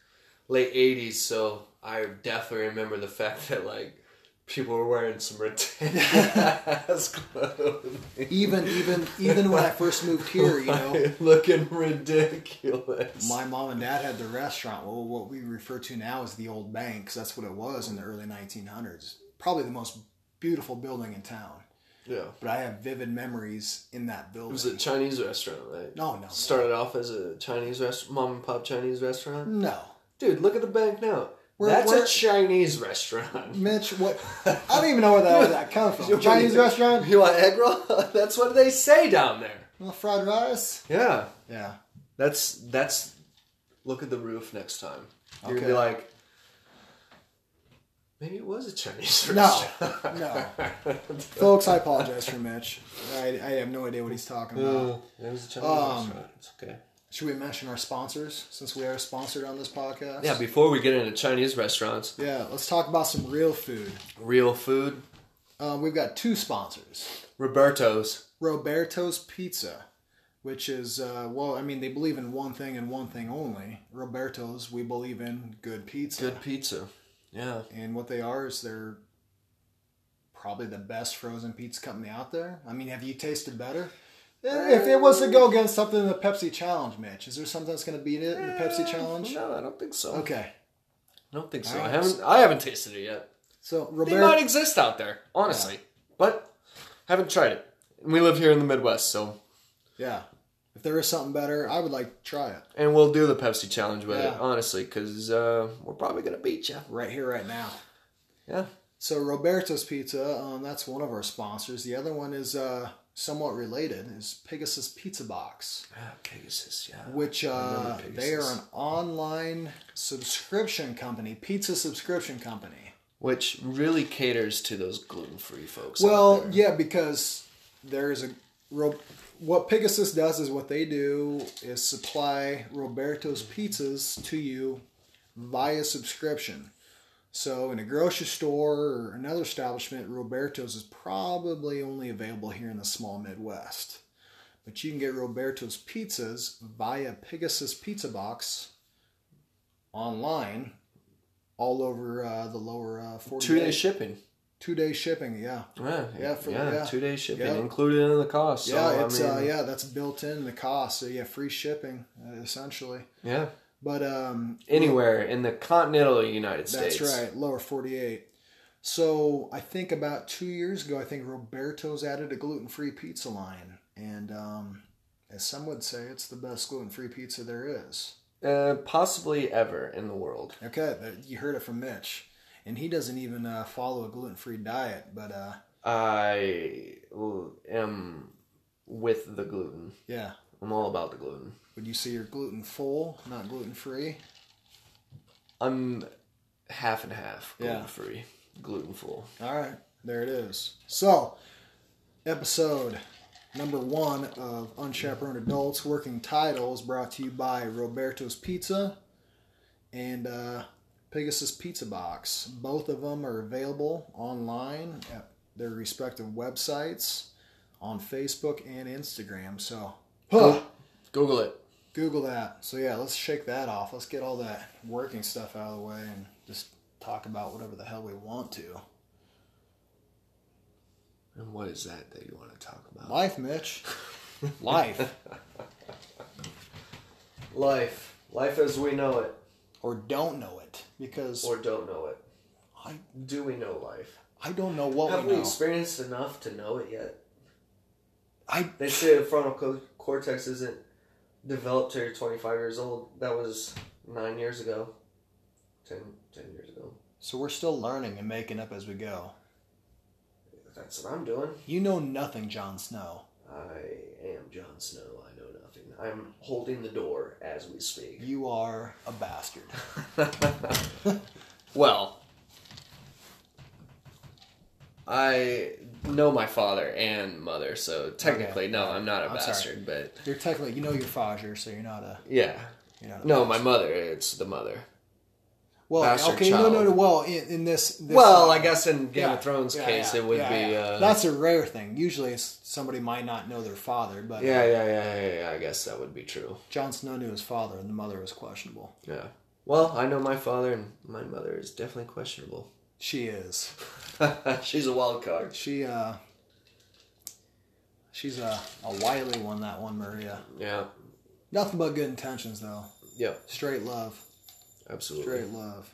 Speaker 2: late '80s, so I definitely remember the fact that like people were wearing some ridiculous clothes,
Speaker 1: Even even even when I first moved here, you know,
Speaker 2: Like, looking ridiculous.
Speaker 1: my mom and dad had the restaurant. Well, what we refer to now as the old bank, 'cause that's what it was in the early 1900s. Probably the most beautiful building in town.
Speaker 2: yeah,
Speaker 1: But I have vivid memories in that
Speaker 2: it
Speaker 1: building.
Speaker 2: was a Chinese restaurant, right?
Speaker 1: no, no,
Speaker 2: Started off as a Chinese restaurant, mom and pop Chinese restaurant.
Speaker 1: no.
Speaker 2: Dude, look at the bank now.
Speaker 1: We're-
Speaker 2: That's
Speaker 1: we're-
Speaker 2: a Chinese restaurant.
Speaker 1: Mitch, what? I don't even know where that, where that comes from. Chinese restaurant?
Speaker 2: You want egg roll? That's what they say down there.
Speaker 1: Well, fried rice?
Speaker 2: Yeah.
Speaker 1: Yeah.
Speaker 2: That's that's. Look at the roof next time. You're gonna
Speaker 1: Okay.
Speaker 2: be like, maybe it was a Chinese
Speaker 1: No,
Speaker 2: restaurant.
Speaker 1: no. Folks, I apologize for Mitch. I, I have no idea what he's talking about.
Speaker 2: it was a Chinese
Speaker 1: Um,
Speaker 2: restaurant. It's okay.
Speaker 1: Should we mention our sponsors since we are sponsored on this podcast?
Speaker 2: Yeah. Before we get into Chinese restaurants,
Speaker 1: Yeah, let's talk about some real food.
Speaker 2: real food,
Speaker 1: Uh, we've got two sponsors
Speaker 2: Roberto's.
Speaker 1: Roberto's Pizza, which is, uh, well, I mean, they believe in one thing and one thing only. Roberto's, we believe in good pizza.
Speaker 2: Good pizza. Yeah.
Speaker 1: And what they are is they're probably the best frozen pizza company out there. I mean, have you tasted better? Eh, If it was to go against something in the Pepsi Challenge, Mitch, is there something that's going to beat it in the Pepsi Challenge?
Speaker 2: Eh, No, I don't think so.
Speaker 1: Okay.
Speaker 2: I don't think so.
Speaker 1: All
Speaker 2: I
Speaker 1: right.
Speaker 2: haven't. I haven't tasted it yet.
Speaker 1: So,
Speaker 2: They might
Speaker 1: Roberto,
Speaker 2: exist out there, honestly, but haven't tried it. And we live here in the Midwest, so e-
Speaker 1: yeah. If there is something better, I would like to try it
Speaker 2: and we'll do the Pepsi challenge with
Speaker 1: Yeah.
Speaker 2: it, honestly, because uh, we're probably gonna beat you.
Speaker 1: right here, right now.
Speaker 2: Yeah,
Speaker 1: So, Roberto's Pizza, um, that's one of our sponsors. The other one is uh, somewhat related, is Pegasus Pizza Box.
Speaker 2: ah, Pegasus. Yeah,
Speaker 1: which uh,
Speaker 2: remember
Speaker 1: they are
Speaker 2: Pegasus.
Speaker 1: an online subscription company, pizza subscription company.
Speaker 2: which really caters to those gluten-free folks. out
Speaker 1: Well,
Speaker 2: there.
Speaker 1: yeah, because there is a Ro- what Pegasus does is what they do is supply Roberto's pizzas to you via subscription. So in a grocery store or another establishment, Roberto's is probably only available here in the small Midwest. But you can get Roberto's pizzas via Pegasus Pizza Box online all over uh, the lower uh, 40
Speaker 2: two-day shipping.
Speaker 1: two day shipping, yeah.
Speaker 2: Yeah,
Speaker 1: Yeah, for-
Speaker 2: yeah,
Speaker 1: yeah.
Speaker 2: two-day shipping
Speaker 1: Yeah.
Speaker 2: included in the cost. So,
Speaker 1: yeah,
Speaker 2: I
Speaker 1: it's
Speaker 2: mean,
Speaker 1: uh, yeah, that's built in the cost. So yeah, free shipping uh, essentially.
Speaker 2: yeah.
Speaker 1: But um,
Speaker 2: Anywhere in the continental United
Speaker 1: that's
Speaker 2: States.
Speaker 1: right, lower forty eight. So I think about two years ago, I think Roberto's added a gluten free pizza line, and um, as some would say, it's the best gluten free pizza there is.
Speaker 2: Uh, possibly ever in the world.
Speaker 1: Okay, that- you heard it from Mitch, and he doesn't even uh, follow a gluten free diet, but uh,
Speaker 2: I am with the gluten.
Speaker 1: yeah.
Speaker 2: I'm all about the gluten.
Speaker 1: Would you say you're gluten full, not gluten free?
Speaker 2: I'm half and half
Speaker 1: Yeah.
Speaker 2: gluten free, gluten full.
Speaker 1: All right, there it is. So, episode number one of Unchaperoned Adults Working Title is brought to you by Roberto's Pizza and uh, Pegasus Pizza Box. Both of them are available online at their respective websites on Facebook and Instagram. So, huh,
Speaker 2: Google it.
Speaker 1: Google that. So, yeah, let's shake that off. Let's get all that working stuff out of the way and just talk about whatever the hell we want to.
Speaker 2: And what is that that you want to talk about?
Speaker 1: Life, Mitch. Life.
Speaker 2: Life. Life as we know it,
Speaker 1: or don't know it. Because
Speaker 2: or don't know it.
Speaker 1: I,
Speaker 2: Do we know life?
Speaker 1: I don't know what
Speaker 2: Have
Speaker 1: we
Speaker 2: we
Speaker 1: know.
Speaker 2: experienced enough to know it yet?
Speaker 1: I,
Speaker 2: They say the frontal co- cortex isn't developed till you're 25 years old. That was nine years ago, 10, 10 years ago.
Speaker 1: so we're still learning and making up as we go.
Speaker 2: That's what I'm doing.
Speaker 1: You know nothing, Jon Snow.
Speaker 2: I am Jon Snow. I know nothing. I'm holding the door as we speak.
Speaker 1: You are a bastard.
Speaker 2: Well, I know my father and mother, so technically, no, I'm not a
Speaker 1: I'm sorry.
Speaker 2: bastard, but
Speaker 1: You're technically, you know you're Fodger, so you're not a.
Speaker 2: yeah.
Speaker 1: You're not a
Speaker 2: No, my mother, it's the mother.
Speaker 1: Well,
Speaker 2: Bastard
Speaker 1: okay,
Speaker 2: child.
Speaker 1: no, no, no. Well, in, in this, this,
Speaker 2: well,
Speaker 1: uh,
Speaker 2: I guess in Game
Speaker 1: yeah,
Speaker 2: of Thrones
Speaker 1: yeah,
Speaker 2: case,
Speaker 1: yeah,
Speaker 2: it would
Speaker 1: yeah,
Speaker 2: be.
Speaker 1: yeah.
Speaker 2: Uh,
Speaker 1: That's a rare thing. Usually, it's somebody might not know their father, but
Speaker 2: yeah, yeah, yeah, yeah, yeah. I guess that would be true.
Speaker 1: Jon Snow knew his father, and the mother was questionable.
Speaker 2: Yeah. Well, I know my father and my mother is definitely questionable.
Speaker 1: She is.
Speaker 2: She's a wild card.
Speaker 1: She uh. She's a, a wily one. That one, Maria.
Speaker 2: Yeah.
Speaker 1: Nothing but good intentions, though.
Speaker 2: Yeah.
Speaker 1: Straight love.
Speaker 2: Absolutely.
Speaker 1: Straight love.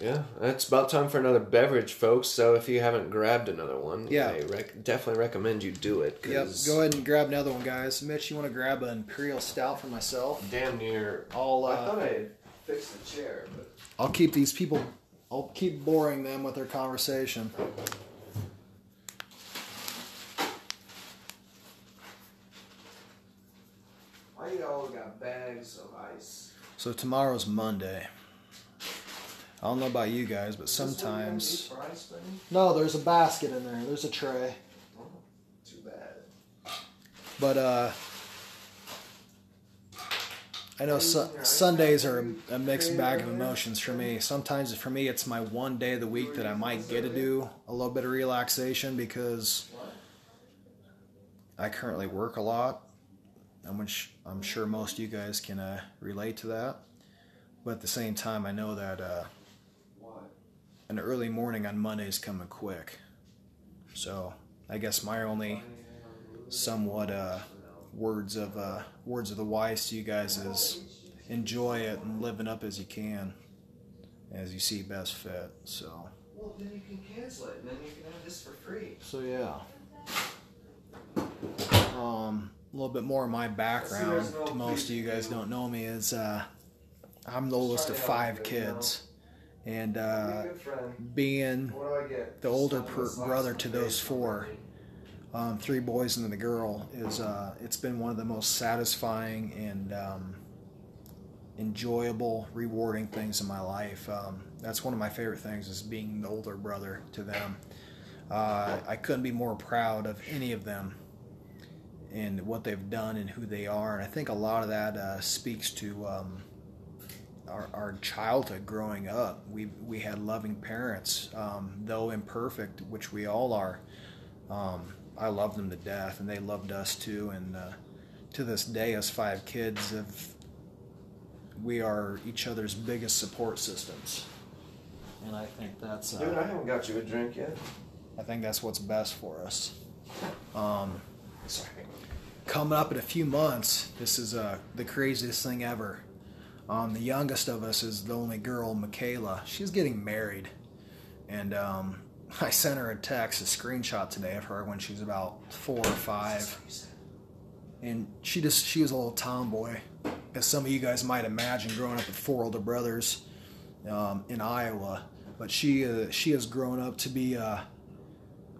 Speaker 2: Yeah, it's about time for another beverage, folks. So if you haven't grabbed another one,
Speaker 1: Yeah.
Speaker 2: I rec- definitely recommend you do it.
Speaker 1: Yep.
Speaker 2: 'cause
Speaker 1: Go ahead and grab another one, guys. Mitch, you want to grab an imperial stout for myself?
Speaker 2: Damn near.
Speaker 1: I'll
Speaker 2: I thought
Speaker 1: uh,
Speaker 2: I had fixed the chair, but
Speaker 1: I'll keep these people. I'll keep boring them with their conversation.
Speaker 2: why you all got bags of ice?
Speaker 1: So tomorrow's Monday. I don't know about you guys, but
Speaker 2: Is this what you
Speaker 1: sometimes.
Speaker 2: guys eat for ice cream?
Speaker 1: No, there's a basket in there. There's a tray.
Speaker 2: Too bad.
Speaker 1: But uh I know su- Sundays are a mixed bag of emotions for me. Sometimes for me it's my one day of the week that I might get to do a little bit of relaxation because I currently work a lot. I'm which I'm sure most of you guys can uh, relate to that. But at the same time I know that uh
Speaker 2: What?
Speaker 1: an early morning on Monday's coming quick. So I guess my only somewhat uh, words of uh, words of the wise to you guys is enjoy it and living up as you can, as you see best fit. So
Speaker 2: Well, then you can cancel it, and then you can have this for free.
Speaker 1: so yeah. Um, a little bit more of my background to most of you guys don't know me is uh, I'm the oldest of five kids, and uh,
Speaker 2: Be a good friend.
Speaker 1: being
Speaker 2: What do I get?
Speaker 1: the older
Speaker 2: Some of this
Speaker 1: per-
Speaker 2: ice
Speaker 1: brother
Speaker 2: cream
Speaker 1: to those
Speaker 2: base
Speaker 1: four. um, three boys and then the girl is uh, it's been one of the most satisfying and um, enjoyable rewarding things in my life um, that's one of my favorite things is being the older brother to them uh, i couldn't be more proud of any of them and what they've done and who they are and i think a lot of that uh, speaks to um, our, our childhood growing up we, we had loving parents um, though imperfect which we all are um, I love them to death, and they loved us too. And uh, to this day, us five kids have we are each other's biggest support systems. And I think that's uh,
Speaker 2: Dude, I haven't got you a drink yet.
Speaker 1: I think that's what's best for us. Um,
Speaker 2: Sorry.
Speaker 1: coming up in a few months, this is uh, the craziest thing ever. Um, the youngest of us is the only girl, Michaela. She's getting married, and um, I sent her a text, a screenshot today of her when she's about four or five, and she just she was a little tomboy, as some of you guys might imagine, growing up with four older brothers um, in Iowa. But she uh, she has grown up to be. Uh,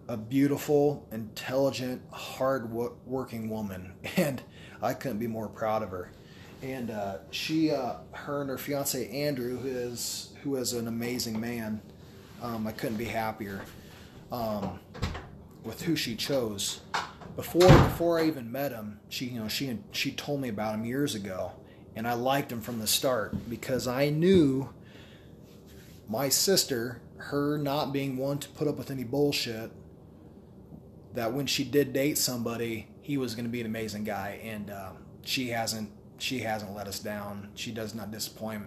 Speaker 1: a beautiful, intelligent, hard wo- working woman, and I couldn't be more proud of her. And uh, she, uh, her and her fiance Andrew, who is who is an amazing man, um, I couldn't be happier um, with who she chose. Before before I even met him, she you know she she told me about him years ago, and I liked him from the start because I knew my sister, her not being one to put up with any bullshit, that when she did date somebody, he was going to be an amazing guy, and um, she hasn't she hasn't let us down. She does not disappoint.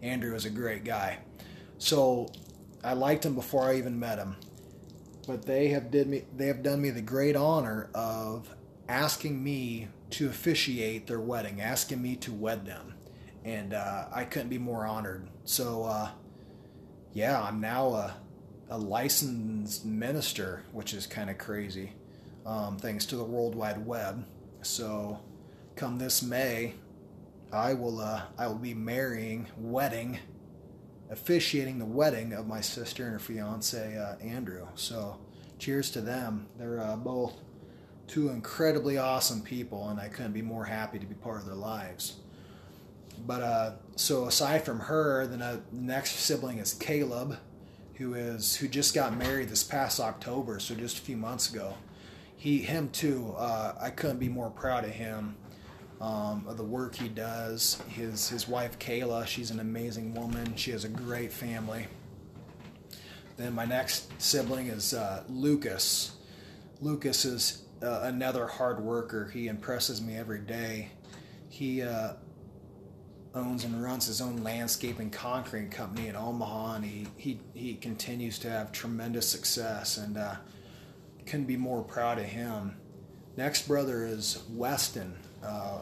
Speaker 1: Andrew is a great guy, so I liked him before I even met him. But they have did me they have done me the great honor of asking me to officiate their wedding, asking me to wed them, and uh, I couldn't be more honored. So. Uh, yeah, I'm now a, a licensed minister, which is kind of crazy, um, thanks to the World Wide Web. So, come this May, I will uh, I will be marrying, wedding, officiating the wedding of my sister and her fiance uh, Andrew. So, cheers to them. They're uh, both two incredibly awesome people, and I couldn't be more happy to be part of their lives. But uh, so aside from her, then uh, the next sibling is Caleb, who is who just got married this past October, so just a few months ago. He, him too. Uh, I couldn't be more proud of him. um, of the work he does. His his wife Kayla, she's an amazing woman. She has a great family. Then my next sibling is uh, Lucas. Lucas is uh, another hard worker. He impresses me every day. He uh, owns and runs his own landscape and conquering company in Omaha, and he he, he continues to have tremendous success. And uh, couldn't be more proud of him. Next brother is Weston. Uh,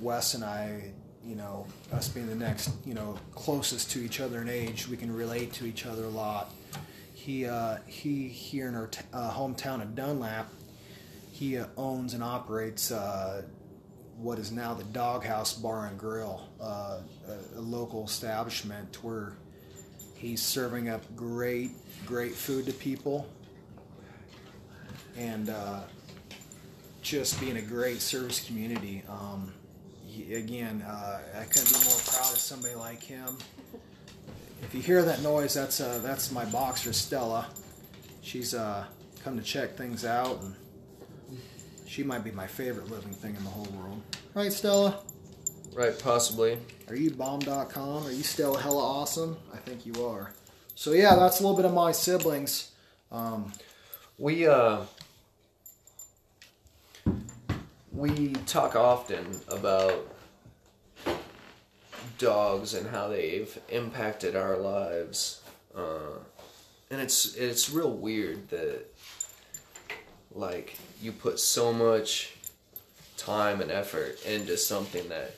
Speaker 1: Wes and I, you know, us being the next, you know, closest to each other in age, we can relate to each other a lot. He uh, he here in our t- uh, hometown of Dunlap, he uh, owns and operates uh, what is now the Doghouse Bar and Grill, uh, a, a local establishment where he's serving up great great food to people and uh, just being a great service community. Um, y- again, uh, I couldn't be more proud of somebody like him. If you hear that noise, that's uh, that's my boxer Stella. She's uh, come to check things out, and she might be my favorite living thing in the whole world. Right, Stella?
Speaker 2: Right, possibly.
Speaker 1: Are you bomb.com? Are you still hella awesome? I think you are. So yeah, that's a little bit of my siblings. Um,
Speaker 2: We uh we talk often about dogs and how they've impacted our lives. Uh and it's it's real weird that like you put so much time and effort into something that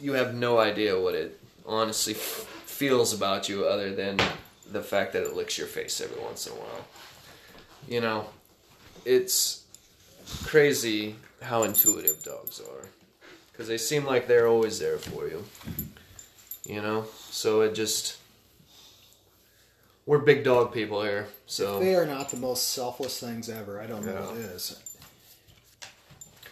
Speaker 2: you have no idea what it honestly feels about you other than the fact that it licks your face every once in a while you know, it's crazy how intuitive dogs are. Because they seem like they're always there for you. You know? So it just. We're big dog people here. So.
Speaker 1: They are not the most selfless things ever. I don't know what it is.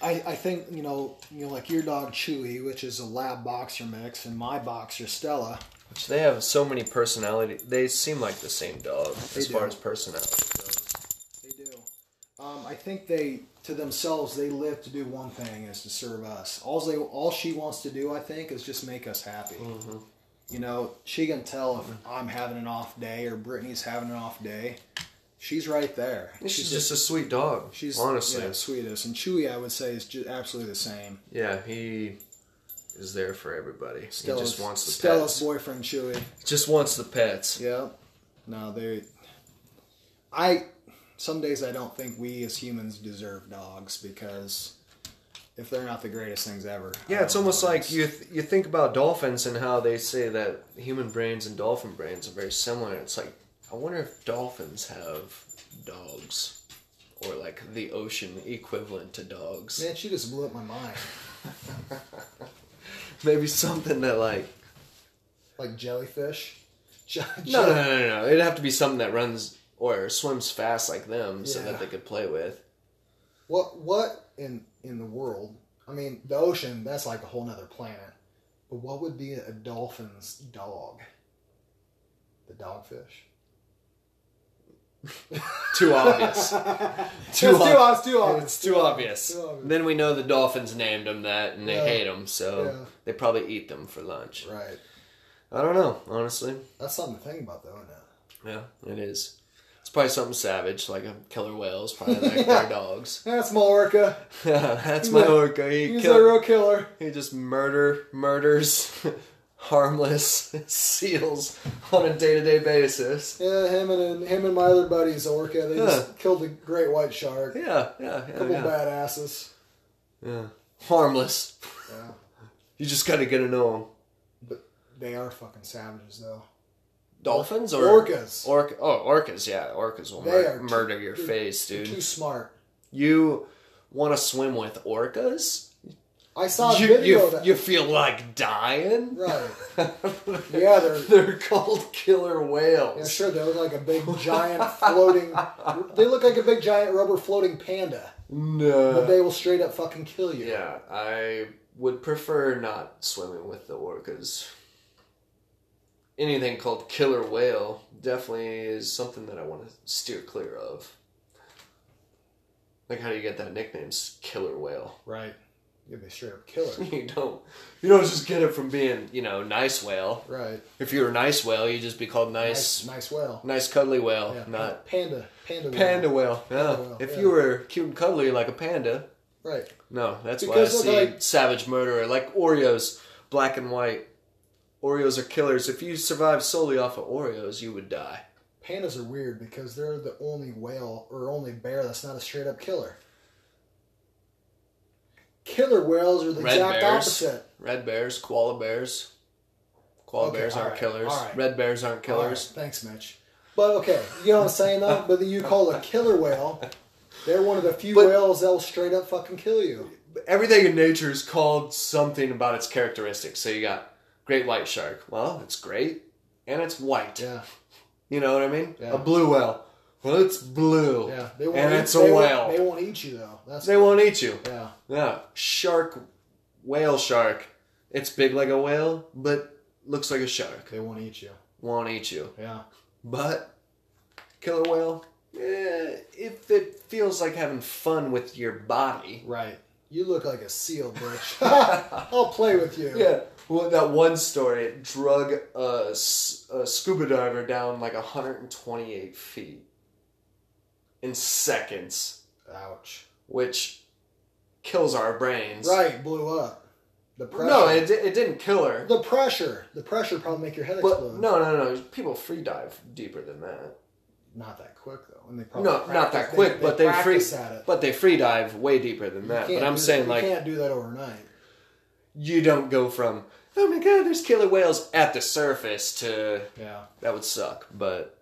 Speaker 1: I, I think you know you know like your dog Chewy, which is a lab boxer mix, and my boxer Stella.
Speaker 2: Which they have so many personality. They seem like the same dog
Speaker 1: They
Speaker 2: as far
Speaker 1: do.
Speaker 2: as personality goes.
Speaker 1: They do. Um, I think they to themselves they live to do one thing is to serve us. All they all she wants to do, I think, is just make us happy.
Speaker 2: Mm-hmm.
Speaker 1: You know, she can tell if I'm having an off day or Brittany's having an off day. She's right there.
Speaker 2: She's, just a sweet dog.
Speaker 1: she's
Speaker 2: honestly.
Speaker 1: yeah, sweetest, and Chewy I would say is just absolutely the same.
Speaker 2: Yeah, he is there for everybody. he just wants the
Speaker 1: Stella's
Speaker 2: pets.
Speaker 1: boyfriend Chewy.
Speaker 2: Just wants the pets.
Speaker 1: Yeah. No, they. I. Some days I don't think we as humans deserve dogs because if they're not the greatest things ever. I
Speaker 2: Yeah, it's
Speaker 1: don't know
Speaker 2: almost
Speaker 1: what
Speaker 2: like
Speaker 1: else.
Speaker 2: you th- you think about dolphins and how they say that human brains and dolphin brains are very similar. It's like I wonder if dolphins have dogs or like the ocean equivalent to dogs.
Speaker 1: Man, she just blew up my mind.
Speaker 2: Maybe something that like
Speaker 1: Like jellyfish. Je-
Speaker 2: no no no no, no. it'd have to be something that runs or swims fast like them so
Speaker 1: Yeah.
Speaker 2: that they could play with.
Speaker 1: What? What in in the world? I mean, the ocean. That's like a whole nother planet. But what would be a dolphin's dog? The dogfish.
Speaker 2: Too obvious.
Speaker 1: Too
Speaker 2: ob-
Speaker 1: obvious. Too obvious.
Speaker 2: It's too obvious.
Speaker 1: Too obvious.
Speaker 2: Then we know the dolphins named them that, and they
Speaker 1: Yeah.
Speaker 2: hate them, so
Speaker 1: Yeah.
Speaker 2: they probably eat them for lunch.
Speaker 1: Right.
Speaker 2: I don't know, honestly.
Speaker 1: That's something to think about, though, isn't it?
Speaker 2: Yeah, it is. It's probably something savage, like a killer whale is probably like their dogs.
Speaker 1: That's Malorca.
Speaker 2: That's my
Speaker 1: Yeah.
Speaker 2: orca. He,
Speaker 1: He's
Speaker 2: kill-
Speaker 1: a real killer.
Speaker 2: he just murder murders harmless seals on a day to day basis.
Speaker 1: Yeah, him and him and my other buddies, Orca. They
Speaker 2: Yeah.
Speaker 1: just killed a great white shark.
Speaker 2: Yeah, yeah, yeah,
Speaker 1: Couple
Speaker 2: yeah.
Speaker 1: badasses.
Speaker 2: yeah. Harmless.
Speaker 1: Yeah,
Speaker 2: You just gotta get to know them.
Speaker 1: they are fucking savages, though.
Speaker 2: Dolphins or
Speaker 1: Orcas.
Speaker 2: Orca. Oh, orcas. Yeah, orcas will
Speaker 1: They
Speaker 2: mur-
Speaker 1: are too-
Speaker 2: murder your
Speaker 1: they're-
Speaker 2: face,
Speaker 1: They're
Speaker 2: dude.
Speaker 1: too smart.
Speaker 2: you want to swim with orcas?
Speaker 1: I saw a
Speaker 2: you,
Speaker 1: video
Speaker 2: you,
Speaker 1: of that.
Speaker 2: you feel like dying?
Speaker 1: Right.
Speaker 2: yeah,
Speaker 1: Yeah, they're
Speaker 2: they're called killer
Speaker 1: yeah,
Speaker 2: whales.
Speaker 1: sure. They look like a big giant floating. They look like a big giant rubber floating panda, but
Speaker 2: No.
Speaker 1: they will straight up fucking kill you.
Speaker 2: Yeah, I would prefer not swimming with the orcas. Anything called killer whale definitely is something that I want to steer clear of. Like, how do you get that nickname, s- killer whale?
Speaker 1: Right. You'd be a straight up killer.
Speaker 2: you don't you don't just get it from being you know nice whale.
Speaker 1: right.
Speaker 2: If you were a nice whale, you'd just be called nice,
Speaker 1: Nice
Speaker 2: nice,
Speaker 1: whale.
Speaker 2: cuddly whale,
Speaker 1: Yeah.
Speaker 2: not
Speaker 1: panda. Panda. whale.
Speaker 2: panda whale. No,
Speaker 1: Panda whale,
Speaker 2: if
Speaker 1: yeah.
Speaker 2: you were cute and cuddly like a panda,
Speaker 1: Right.
Speaker 2: no, that's
Speaker 1: Because
Speaker 2: why I
Speaker 1: of,
Speaker 2: see
Speaker 1: like-
Speaker 2: savage murderer like Oreos, black and white. Oreos are killers. If you survive solely off of Oreos, you would die.
Speaker 1: Pandas are weird because they're the only whale or only bear that's not a straight up killer. Killer whales are the
Speaker 2: Red
Speaker 1: exact
Speaker 2: bears.
Speaker 1: opposite.
Speaker 2: Red bears, koala bears, koala
Speaker 1: Okay,
Speaker 2: bears aren't
Speaker 1: alright,
Speaker 2: killers.
Speaker 1: alright.
Speaker 2: Red bears aren't killers.
Speaker 1: Alright, thanks, Mitch. But okay, you know what I'm saying though? But you call a killer whale, they're one of the few
Speaker 2: But-
Speaker 1: whales that'll straight up fucking kill you.
Speaker 2: Everything in nature is called something about its characteristics. So you got great white shark. Well, it's great and it's white.
Speaker 1: Yeah,
Speaker 2: You know what I mean?
Speaker 1: Yeah.
Speaker 2: A blue whale. Well, it's blue.
Speaker 1: yeah. They won't
Speaker 2: and
Speaker 1: eat,
Speaker 2: it's a
Speaker 1: they
Speaker 2: whale.
Speaker 1: Won't, they won't eat you though. That's
Speaker 2: they won't eat you.
Speaker 1: yeah.
Speaker 2: No, shark, whale shark. It's big like a whale, but looks like a shark.
Speaker 1: They won't eat you.
Speaker 2: Won't eat you.
Speaker 1: Yeah.
Speaker 2: But killer whale, eh, if it feels like having fun with your body.
Speaker 1: Right. You look like a seal, bitch. I'll play with you.
Speaker 2: Yeah. Well, that one story, it drug a, s- a scuba diver down like 128 feet in seconds,
Speaker 1: Ouch.
Speaker 2: which kills our brains.
Speaker 1: Right, blew up. The pressure.
Speaker 2: No, it, di- it didn't kill her.
Speaker 1: the pressure. The pressure probably make your head
Speaker 2: But
Speaker 1: explode.
Speaker 2: no, no, no. People free dive deeper than that.
Speaker 1: Not that quick though. And Oh, they probably
Speaker 2: No, not that
Speaker 1: practice-
Speaker 2: quick, but they free,
Speaker 1: practice at it.
Speaker 2: but they free dive way deeper than
Speaker 1: You
Speaker 2: that.
Speaker 1: can't
Speaker 2: But I'm
Speaker 1: do-
Speaker 2: saying
Speaker 1: you
Speaker 2: like
Speaker 1: can't do that overnight.
Speaker 2: you don't go from oh my god, there's killer whales at the surface to
Speaker 1: Yeah.
Speaker 2: that would suck. But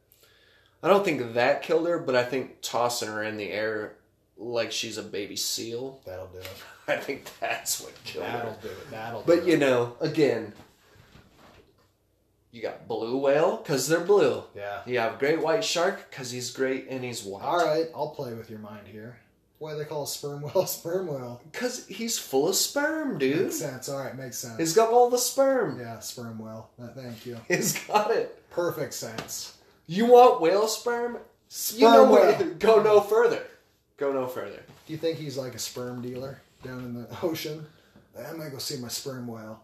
Speaker 2: I don't think that killed her. But I think tossing her in the air like she's a baby seal,
Speaker 1: That'll do it.
Speaker 2: I think that's what killed
Speaker 1: That'll
Speaker 2: her.
Speaker 1: do it. That'll
Speaker 2: But
Speaker 1: do
Speaker 2: you know, again, you got blue whale because they're blue.
Speaker 1: it. Yeah.
Speaker 2: You have great white shark because he's great and he's white.
Speaker 1: Alright, I'll play with your mind here. Why they call a sperm whale a sperm whale.
Speaker 2: Because he's full of sperm, dude.
Speaker 1: Makes sense. Alright, makes sense.
Speaker 2: He's got all the sperm.
Speaker 1: yeah, sperm whale. Uh, Thank you.
Speaker 2: He's got it.
Speaker 1: Perfect sense.
Speaker 2: You want whale sperm?
Speaker 1: Sperm
Speaker 2: You know
Speaker 1: whale.
Speaker 2: what? Go no further. Go no further.
Speaker 1: Do you think he's like a sperm dealer down in the ocean? I'm gonna go see my sperm whale.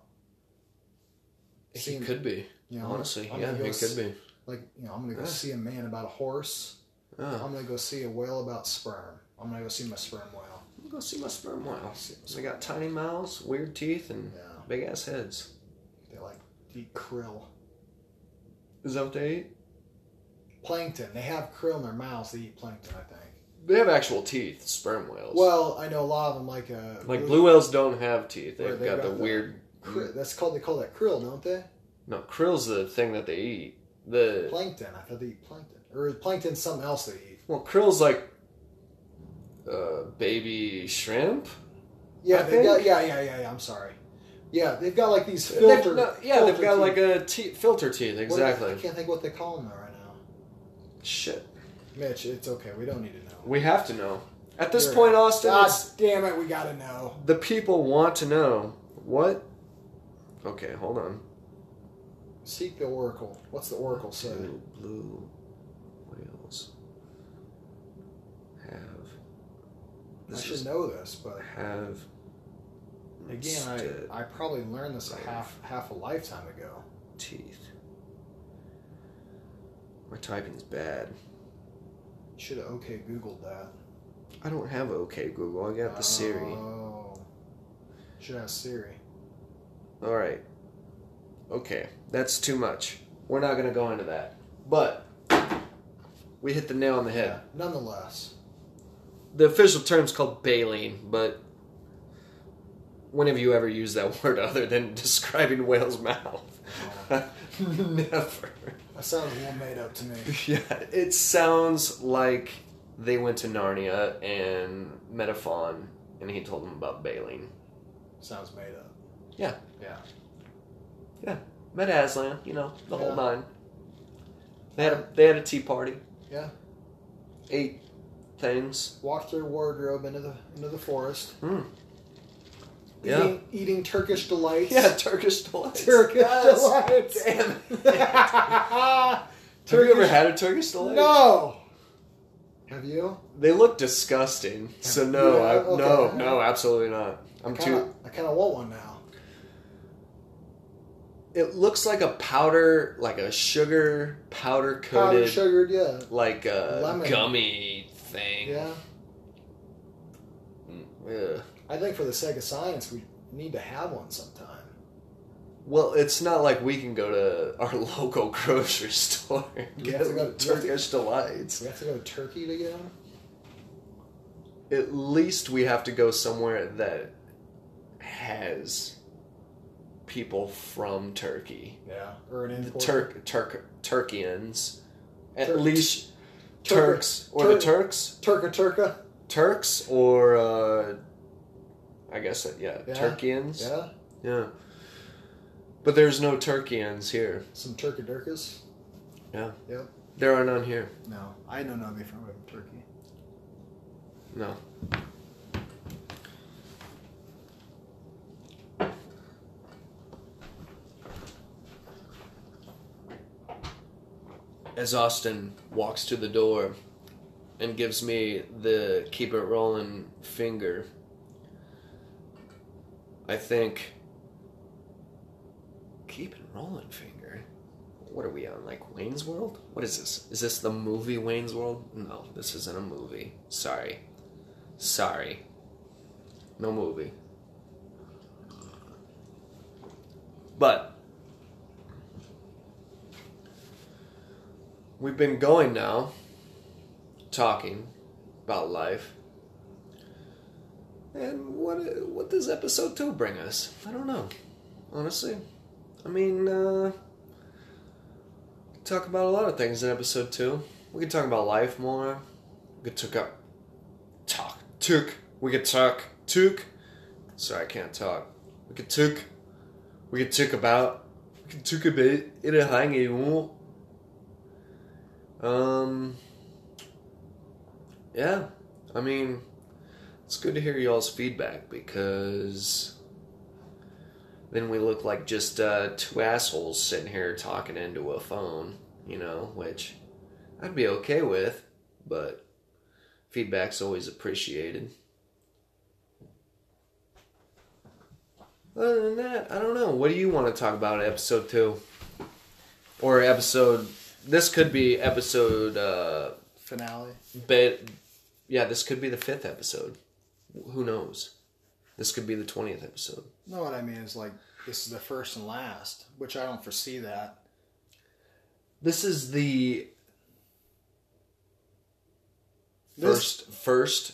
Speaker 2: He
Speaker 1: Seem-
Speaker 2: could be.
Speaker 1: You know,
Speaker 2: Honestly,
Speaker 1: I'm
Speaker 2: yeah,
Speaker 1: gonna go
Speaker 2: he could
Speaker 1: s-
Speaker 2: be.
Speaker 1: Like, you know, I'm gonna go
Speaker 2: Yeah.
Speaker 1: see a man about a horse.
Speaker 2: Oh.
Speaker 1: I'm gonna go see a whale about sperm. I'm gonna go see my sperm whale.
Speaker 2: I'm go see my sperm whale. They got tiny mouths, weird teeth, and
Speaker 1: Yeah.
Speaker 2: big ass heads.
Speaker 1: They like eat krill,
Speaker 2: Is that what they eat?
Speaker 1: plankton. They have krill in their mouths. They eat plankton, I think.
Speaker 2: They have actual teeth, sperm whales.
Speaker 1: Well, I know a lot of them like uh,
Speaker 2: like blue whales don't have teeth.
Speaker 1: Right,
Speaker 2: They've
Speaker 1: they
Speaker 2: got,
Speaker 1: got
Speaker 2: the
Speaker 1: the-
Speaker 2: weird.
Speaker 1: Krill, that's called they call that krill, don't they?
Speaker 2: No, krill's the thing that they eat. The
Speaker 1: Plankton. I thought they eat plankton, or is plankton something else they eat.
Speaker 2: Well, krill's like uh, baby shrimp.
Speaker 1: Yeah,
Speaker 2: I
Speaker 1: they got,
Speaker 2: think-
Speaker 1: yeah, yeah, yeah, yeah. I'm sorry. Yeah, they've got like these
Speaker 2: They've-
Speaker 1: filter.
Speaker 2: no, yeah, they've
Speaker 1: filter
Speaker 2: got
Speaker 1: teeth.
Speaker 2: like a te- filter
Speaker 1: What are
Speaker 2: teeth.
Speaker 1: they-
Speaker 2: Exactly.
Speaker 1: I can't think what they call them though right now.
Speaker 2: Shit,
Speaker 1: Mitch, it's okay. We don't need to know.
Speaker 2: we have to know. At this
Speaker 1: You're-
Speaker 2: point, Austin,
Speaker 1: God
Speaker 2: it's-
Speaker 1: damn it, we gotta know.
Speaker 2: the people want to know what. Okay, hold on.
Speaker 1: Seek the oracle. What's the oracle say?
Speaker 2: Two blue whales have.
Speaker 1: I
Speaker 2: This
Speaker 1: should
Speaker 2: is
Speaker 1: know this, but
Speaker 2: have.
Speaker 1: again, I, I probably learned this a half half a lifetime ago.
Speaker 2: teeth. My typing's bad.
Speaker 1: Should have okay googled that.
Speaker 2: I don't have OK Google. I got the Siri.
Speaker 1: Oh. Should have Siri.
Speaker 2: All right. Okay, that's too much. We're not going to go into that. But we hit the nail on the head.
Speaker 1: Nonetheless,
Speaker 2: The official term's called baleen, but when have you ever used that word other than describing whale's mouth? Never.
Speaker 1: that sounds a little made up to me.
Speaker 2: Yeah, it sounds like they went to Narnia and met a faun, and he told them about baleen.
Speaker 1: Sounds made up.
Speaker 2: Yeah.
Speaker 1: Yeah.
Speaker 2: Met Aslan, you know, the whole
Speaker 1: Yeah.
Speaker 2: nine. They had a, they had a tea party.
Speaker 1: Yeah.
Speaker 2: Ate things.
Speaker 1: Walked their wardrobe into the into the forest.
Speaker 2: Mm.
Speaker 1: Eating, eating Turkish delights.
Speaker 2: Yeah, Turkish delights.
Speaker 1: Turkish
Speaker 2: Yes.
Speaker 1: delights.
Speaker 2: Damn. it.
Speaker 1: Have
Speaker 2: Have you ever had a Turkish delight?
Speaker 1: No. Have you?
Speaker 2: They look disgusting. So no,
Speaker 1: Yeah,
Speaker 2: I,
Speaker 1: okay.
Speaker 2: no, no, absolutely not. I'm
Speaker 1: Kinda-
Speaker 2: too
Speaker 3: kind of want one now.
Speaker 2: It looks like a powder, like a sugar powder
Speaker 3: Powdered,
Speaker 2: coated,
Speaker 3: sugared, yeah,
Speaker 2: like a
Speaker 3: Lemon.
Speaker 2: gummy thing. Mm,
Speaker 3: yeah.
Speaker 2: Ugh.
Speaker 3: I think for the sake of science, we need to have one sometime.
Speaker 2: Well, it's not like we can go to our local grocery store and
Speaker 3: You
Speaker 2: get
Speaker 3: have to go- you have to-
Speaker 2: Turkish delights.
Speaker 3: We have to go to Turkey to get them.
Speaker 2: At least we have to go somewhere that has people from Turkey.
Speaker 3: Yeah, or an
Speaker 2: The
Speaker 3: import.
Speaker 2: Turk, Turk, Turkians. At
Speaker 3: Turks.
Speaker 2: least
Speaker 3: Turk-
Speaker 2: Turks or the
Speaker 3: Turk-
Speaker 2: Turks,
Speaker 3: Turka Turka.
Speaker 2: Turks or uh, I guess uh, yeah,
Speaker 3: Yeah.
Speaker 2: Turkians.
Speaker 3: Yeah,
Speaker 2: yeah. But there's no Turkians here.
Speaker 3: some Turka Durkas.
Speaker 2: There are none here.
Speaker 1: No, I know nobody from Turkey.
Speaker 2: No. As Austin walks to the door and gives me the keep it rolling finger, I think. Keep it rolling finger? What are we on? Like Wayne's World? What is this? Is this the movie Wayne's World? No, this isn't a movie. Sorry. Sorry. No movie. But we've been going now, talking about life. And what what does episode two bring us? I don't know, honestly. I mean, uh, talk about a lot of things in episode two. We could talk about life more. We could talk up, talk, took. We could talk, took. Sorry, I can't talk. We could took. We could talk about. We could talk a bit. It a hang it won't. Um. Yeah, I mean, it's good to hear y'all's feedback because then we look like just uh, two assholes sitting here talking into a phone, you know, which I'd be okay with, but feedback's always appreciated. Other than that, I don't know. What do you want to talk about in episode two? Or episode. This could be episode. Uh,
Speaker 1: Finale.
Speaker 2: but yeah, this could be the fifth episode. Who knows? This could be the twentieth episode.
Speaker 1: No, what I mean is like this is the first and last, which I don't foresee that.
Speaker 2: This is the
Speaker 1: This-
Speaker 2: first first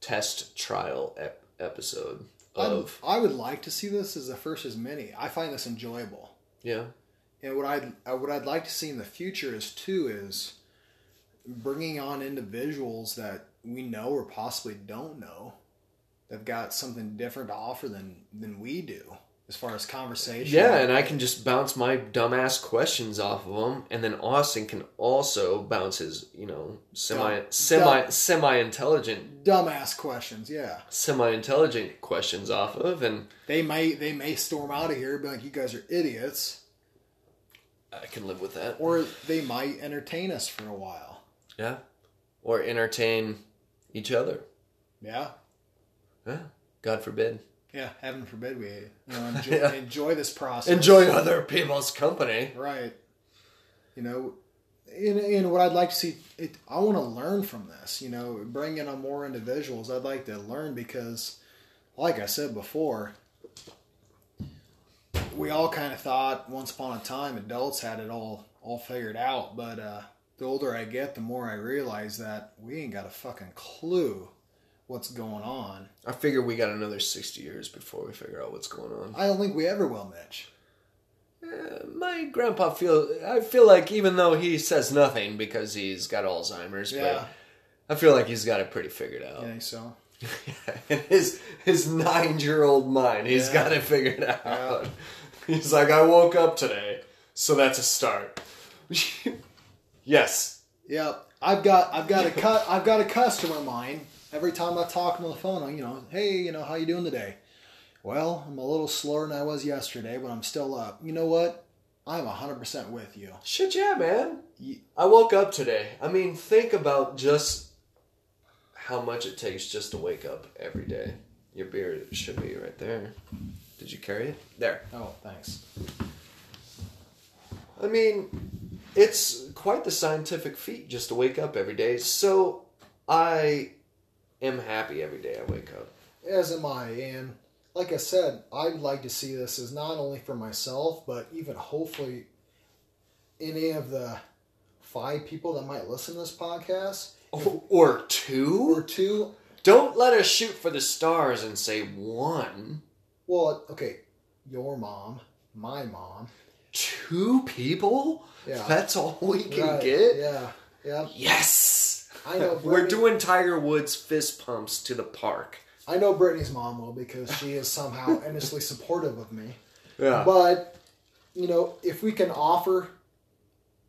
Speaker 2: test trial ep- episode
Speaker 1: I'd-
Speaker 2: of
Speaker 1: I would like to see this as the first as many. I find this enjoyable.
Speaker 2: yeah
Speaker 1: And what I'd uh, what I'd like to see in the future is too is bringing on individuals that we know or possibly don't know that've got something different to offer than than we do as far as conversation.
Speaker 2: yeah, and I can just bounce my dumbass questions off of them, and then Austin can also bounce his you know semi
Speaker 1: Dumb-
Speaker 2: semi semi intelligent
Speaker 1: dumbass questions. Yeah,
Speaker 2: semi intelligent questions off of, and
Speaker 1: they may they may storm out of here, and be like, "You guys are idiots,"
Speaker 2: I can live with that.
Speaker 1: or they might entertain us for a while.
Speaker 2: Yeah. Or entertain each other.
Speaker 1: Yeah,
Speaker 2: Yeah. God forbid.
Speaker 1: yeah. Heaven forbid we you know, enjoy,
Speaker 2: Yeah.
Speaker 1: enjoy this process.
Speaker 2: Enjoy other people's company.
Speaker 1: Right. You know, and, and what I'd like to see, it, I want to learn from this, you know, bring in on more individuals. I'd like to learn because, like I said before, we all kind of thought once upon a time adults had it all all figured out, but uh, the older I get, the more I realize that we ain't got a fucking clue what's going on.
Speaker 2: I figure we got another 60 years before we figure out what's going on.
Speaker 1: I don't think we ever will, Mitch.
Speaker 2: Uh, my grandpa feel I feel like even though he says nothing because he's got Alzheimer's,
Speaker 1: Yeah,
Speaker 2: but I feel like he's got it pretty figured
Speaker 1: I
Speaker 2: out.
Speaker 1: think so.
Speaker 2: In his his 9-year-old mind, he's
Speaker 1: Yeah.
Speaker 2: got it figured out.
Speaker 1: Yeah.
Speaker 2: He's like I woke up today, so that's a start. yes,
Speaker 1: Yep. I've got I've got a cut I've got a customer of mine. Every time I talk to him on the phone, I, you know, hey, you know, how you doing today? Well, I'm a little slower than I was yesterday, but I'm still up. You know what? I'm 100% with you.
Speaker 2: Shit, yeah, man.
Speaker 1: Ye-
Speaker 2: I woke up today. I mean, think about just how much it takes just to wake up every day. Your beer should be right there. Did you carry it? There.
Speaker 4: Oh, thanks.
Speaker 2: I mean, it's quite the scientific feat just to wake up every day. So I am happy every day I wake up.
Speaker 1: As am I, and like I said, I'd like to see this as not only for myself, but even hopefully any of the five people that might listen to this podcast
Speaker 2: Or
Speaker 1: or
Speaker 2: two?
Speaker 1: two.
Speaker 2: Don't let us shoot for the stars and say one.
Speaker 1: Well, okay, your mom, my mom.
Speaker 2: Two people?
Speaker 1: Yeah.
Speaker 2: That's all we can
Speaker 1: Right,
Speaker 2: get?
Speaker 1: Yeah, yeah.
Speaker 2: Yes!
Speaker 1: I know.
Speaker 2: We're
Speaker 1: Brittany,
Speaker 2: doing Tiger Woods fist pumps to the park.
Speaker 1: I know Brittany's mom will because she is somehow endlessly supportive of me.
Speaker 2: Yeah.
Speaker 1: But you know, if we can offer,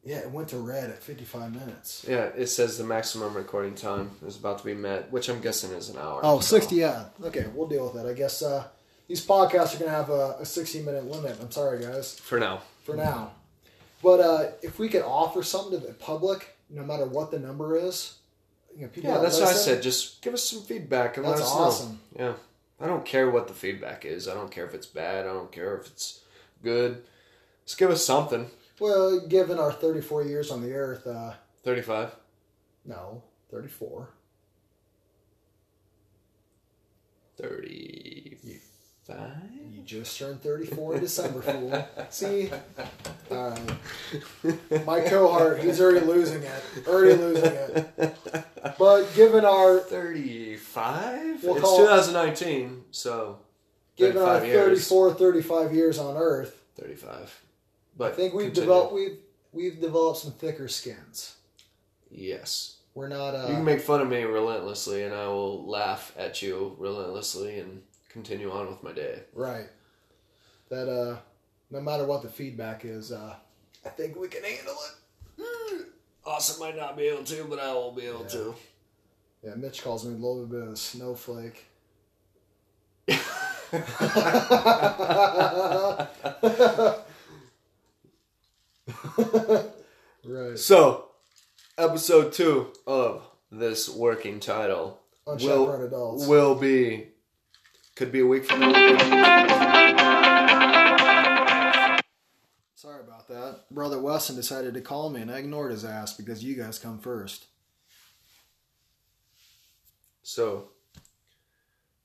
Speaker 1: yeah, it went to red at fifty-five minutes.
Speaker 2: Yeah, it says the maximum recording time is about to be met, which I'm guessing is an hour.
Speaker 1: Oh,
Speaker 2: so.
Speaker 1: 60, yeah. Okay, we'll deal with that. I guess uh, these podcasts are going to have a, a 60 minute limit. I'm sorry, guys,
Speaker 2: For now.
Speaker 1: for now. But uh, if we could offer something to the public, no matter what the number is, you know, people
Speaker 2: Yeah,
Speaker 1: that
Speaker 2: that's what I
Speaker 1: listen-
Speaker 2: said. Just give us some feedback and
Speaker 1: That's
Speaker 2: let us
Speaker 1: awesome.
Speaker 2: know. Yeah. I don't care what the feedback is. I don't care if it's bad. I don't care if it's good. Just give us something.
Speaker 1: Well, given our 34 years on the earth, uh,
Speaker 2: 35.
Speaker 1: no, 34.
Speaker 2: 35?
Speaker 1: You just turned 34 in December, fool. See? All right. My cohort, he's already losing it. Already losing it. But given our
Speaker 2: 35?
Speaker 1: We'll
Speaker 2: it's
Speaker 1: call- uh,
Speaker 2: 2019, so
Speaker 1: given our
Speaker 2: 35 years.
Speaker 1: 34 35 years on earth
Speaker 2: 35.
Speaker 1: i
Speaker 2: But
Speaker 1: think we've
Speaker 2: continue.
Speaker 1: developed we've we've developed some thicker skins
Speaker 2: Yes.
Speaker 1: we're not
Speaker 2: you can
Speaker 1: uh
Speaker 2: make fun of me relentlessly, and I will laugh at you relentlessly and continue on with my day.
Speaker 1: right that uh no matter what the feedback is uh i think we can handle it
Speaker 2: Austin Hmm, might not be able to, but I will be able to.
Speaker 1: yeah mitch calls me a little bit of a snowflake right
Speaker 2: So, episode two of this working title
Speaker 1: Unchaperoned adults.
Speaker 2: will be could be a week from now.
Speaker 1: Sorry about that. Brother Weston decided to call me and I ignored his ass because you guys come first.
Speaker 2: So,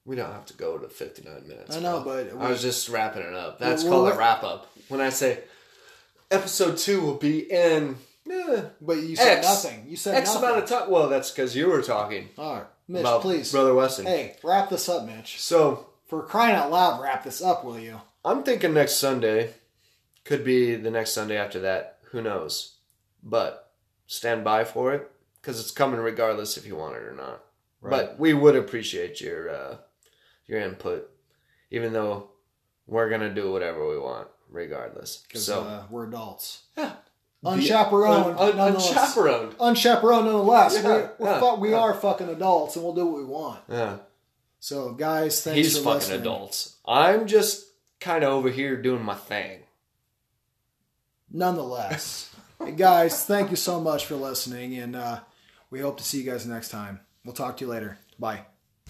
Speaker 2: we don't have to go to fifty nine minutes.
Speaker 1: I know,
Speaker 2: bro.
Speaker 1: but
Speaker 2: I
Speaker 1: we-
Speaker 2: was just wrapping it up. That's
Speaker 1: Well,
Speaker 2: called
Speaker 1: what-
Speaker 2: a wrap up. When I say episode two will be in eh,
Speaker 1: But you said
Speaker 2: X.
Speaker 4: Nothing. You said
Speaker 2: X
Speaker 4: nothing.
Speaker 2: amount of time. Well, that's because you were talking
Speaker 1: All right, Mitch,
Speaker 2: about
Speaker 1: please.
Speaker 2: brother Weston.
Speaker 4: Hey, wrap this up, Mitch.
Speaker 2: So
Speaker 4: For crying out loud, wrap this up, will you?
Speaker 2: I'm thinking next Sunday. Could be the next Sunday after that. Who knows? But stand by for it because it's coming regardless if you want it or not. But we would appreciate your uh, your input, even though we're gonna do whatever we want regardless.
Speaker 4: 'Cause,
Speaker 2: So
Speaker 4: uh, we're adults.
Speaker 2: Yeah.
Speaker 4: Unchaperoned.
Speaker 2: Un- un-
Speaker 4: nonetheless.
Speaker 2: unchaperoned.
Speaker 4: Unchaperoned, nonetheless.
Speaker 2: Yeah,
Speaker 4: we're, we're
Speaker 2: yeah,
Speaker 4: fu- we
Speaker 2: yeah.
Speaker 4: are fucking adults, and we'll do what we want.
Speaker 2: Yeah.
Speaker 4: So, guys, thanks
Speaker 2: He's
Speaker 4: for
Speaker 2: fucking
Speaker 4: listening.
Speaker 2: adults. I'm just kind of over here doing my thing.
Speaker 4: Nonetheless, Hey, guys, thank you so much for listening, and uh, we hope to see you guys next time. We'll talk to you later. Bye.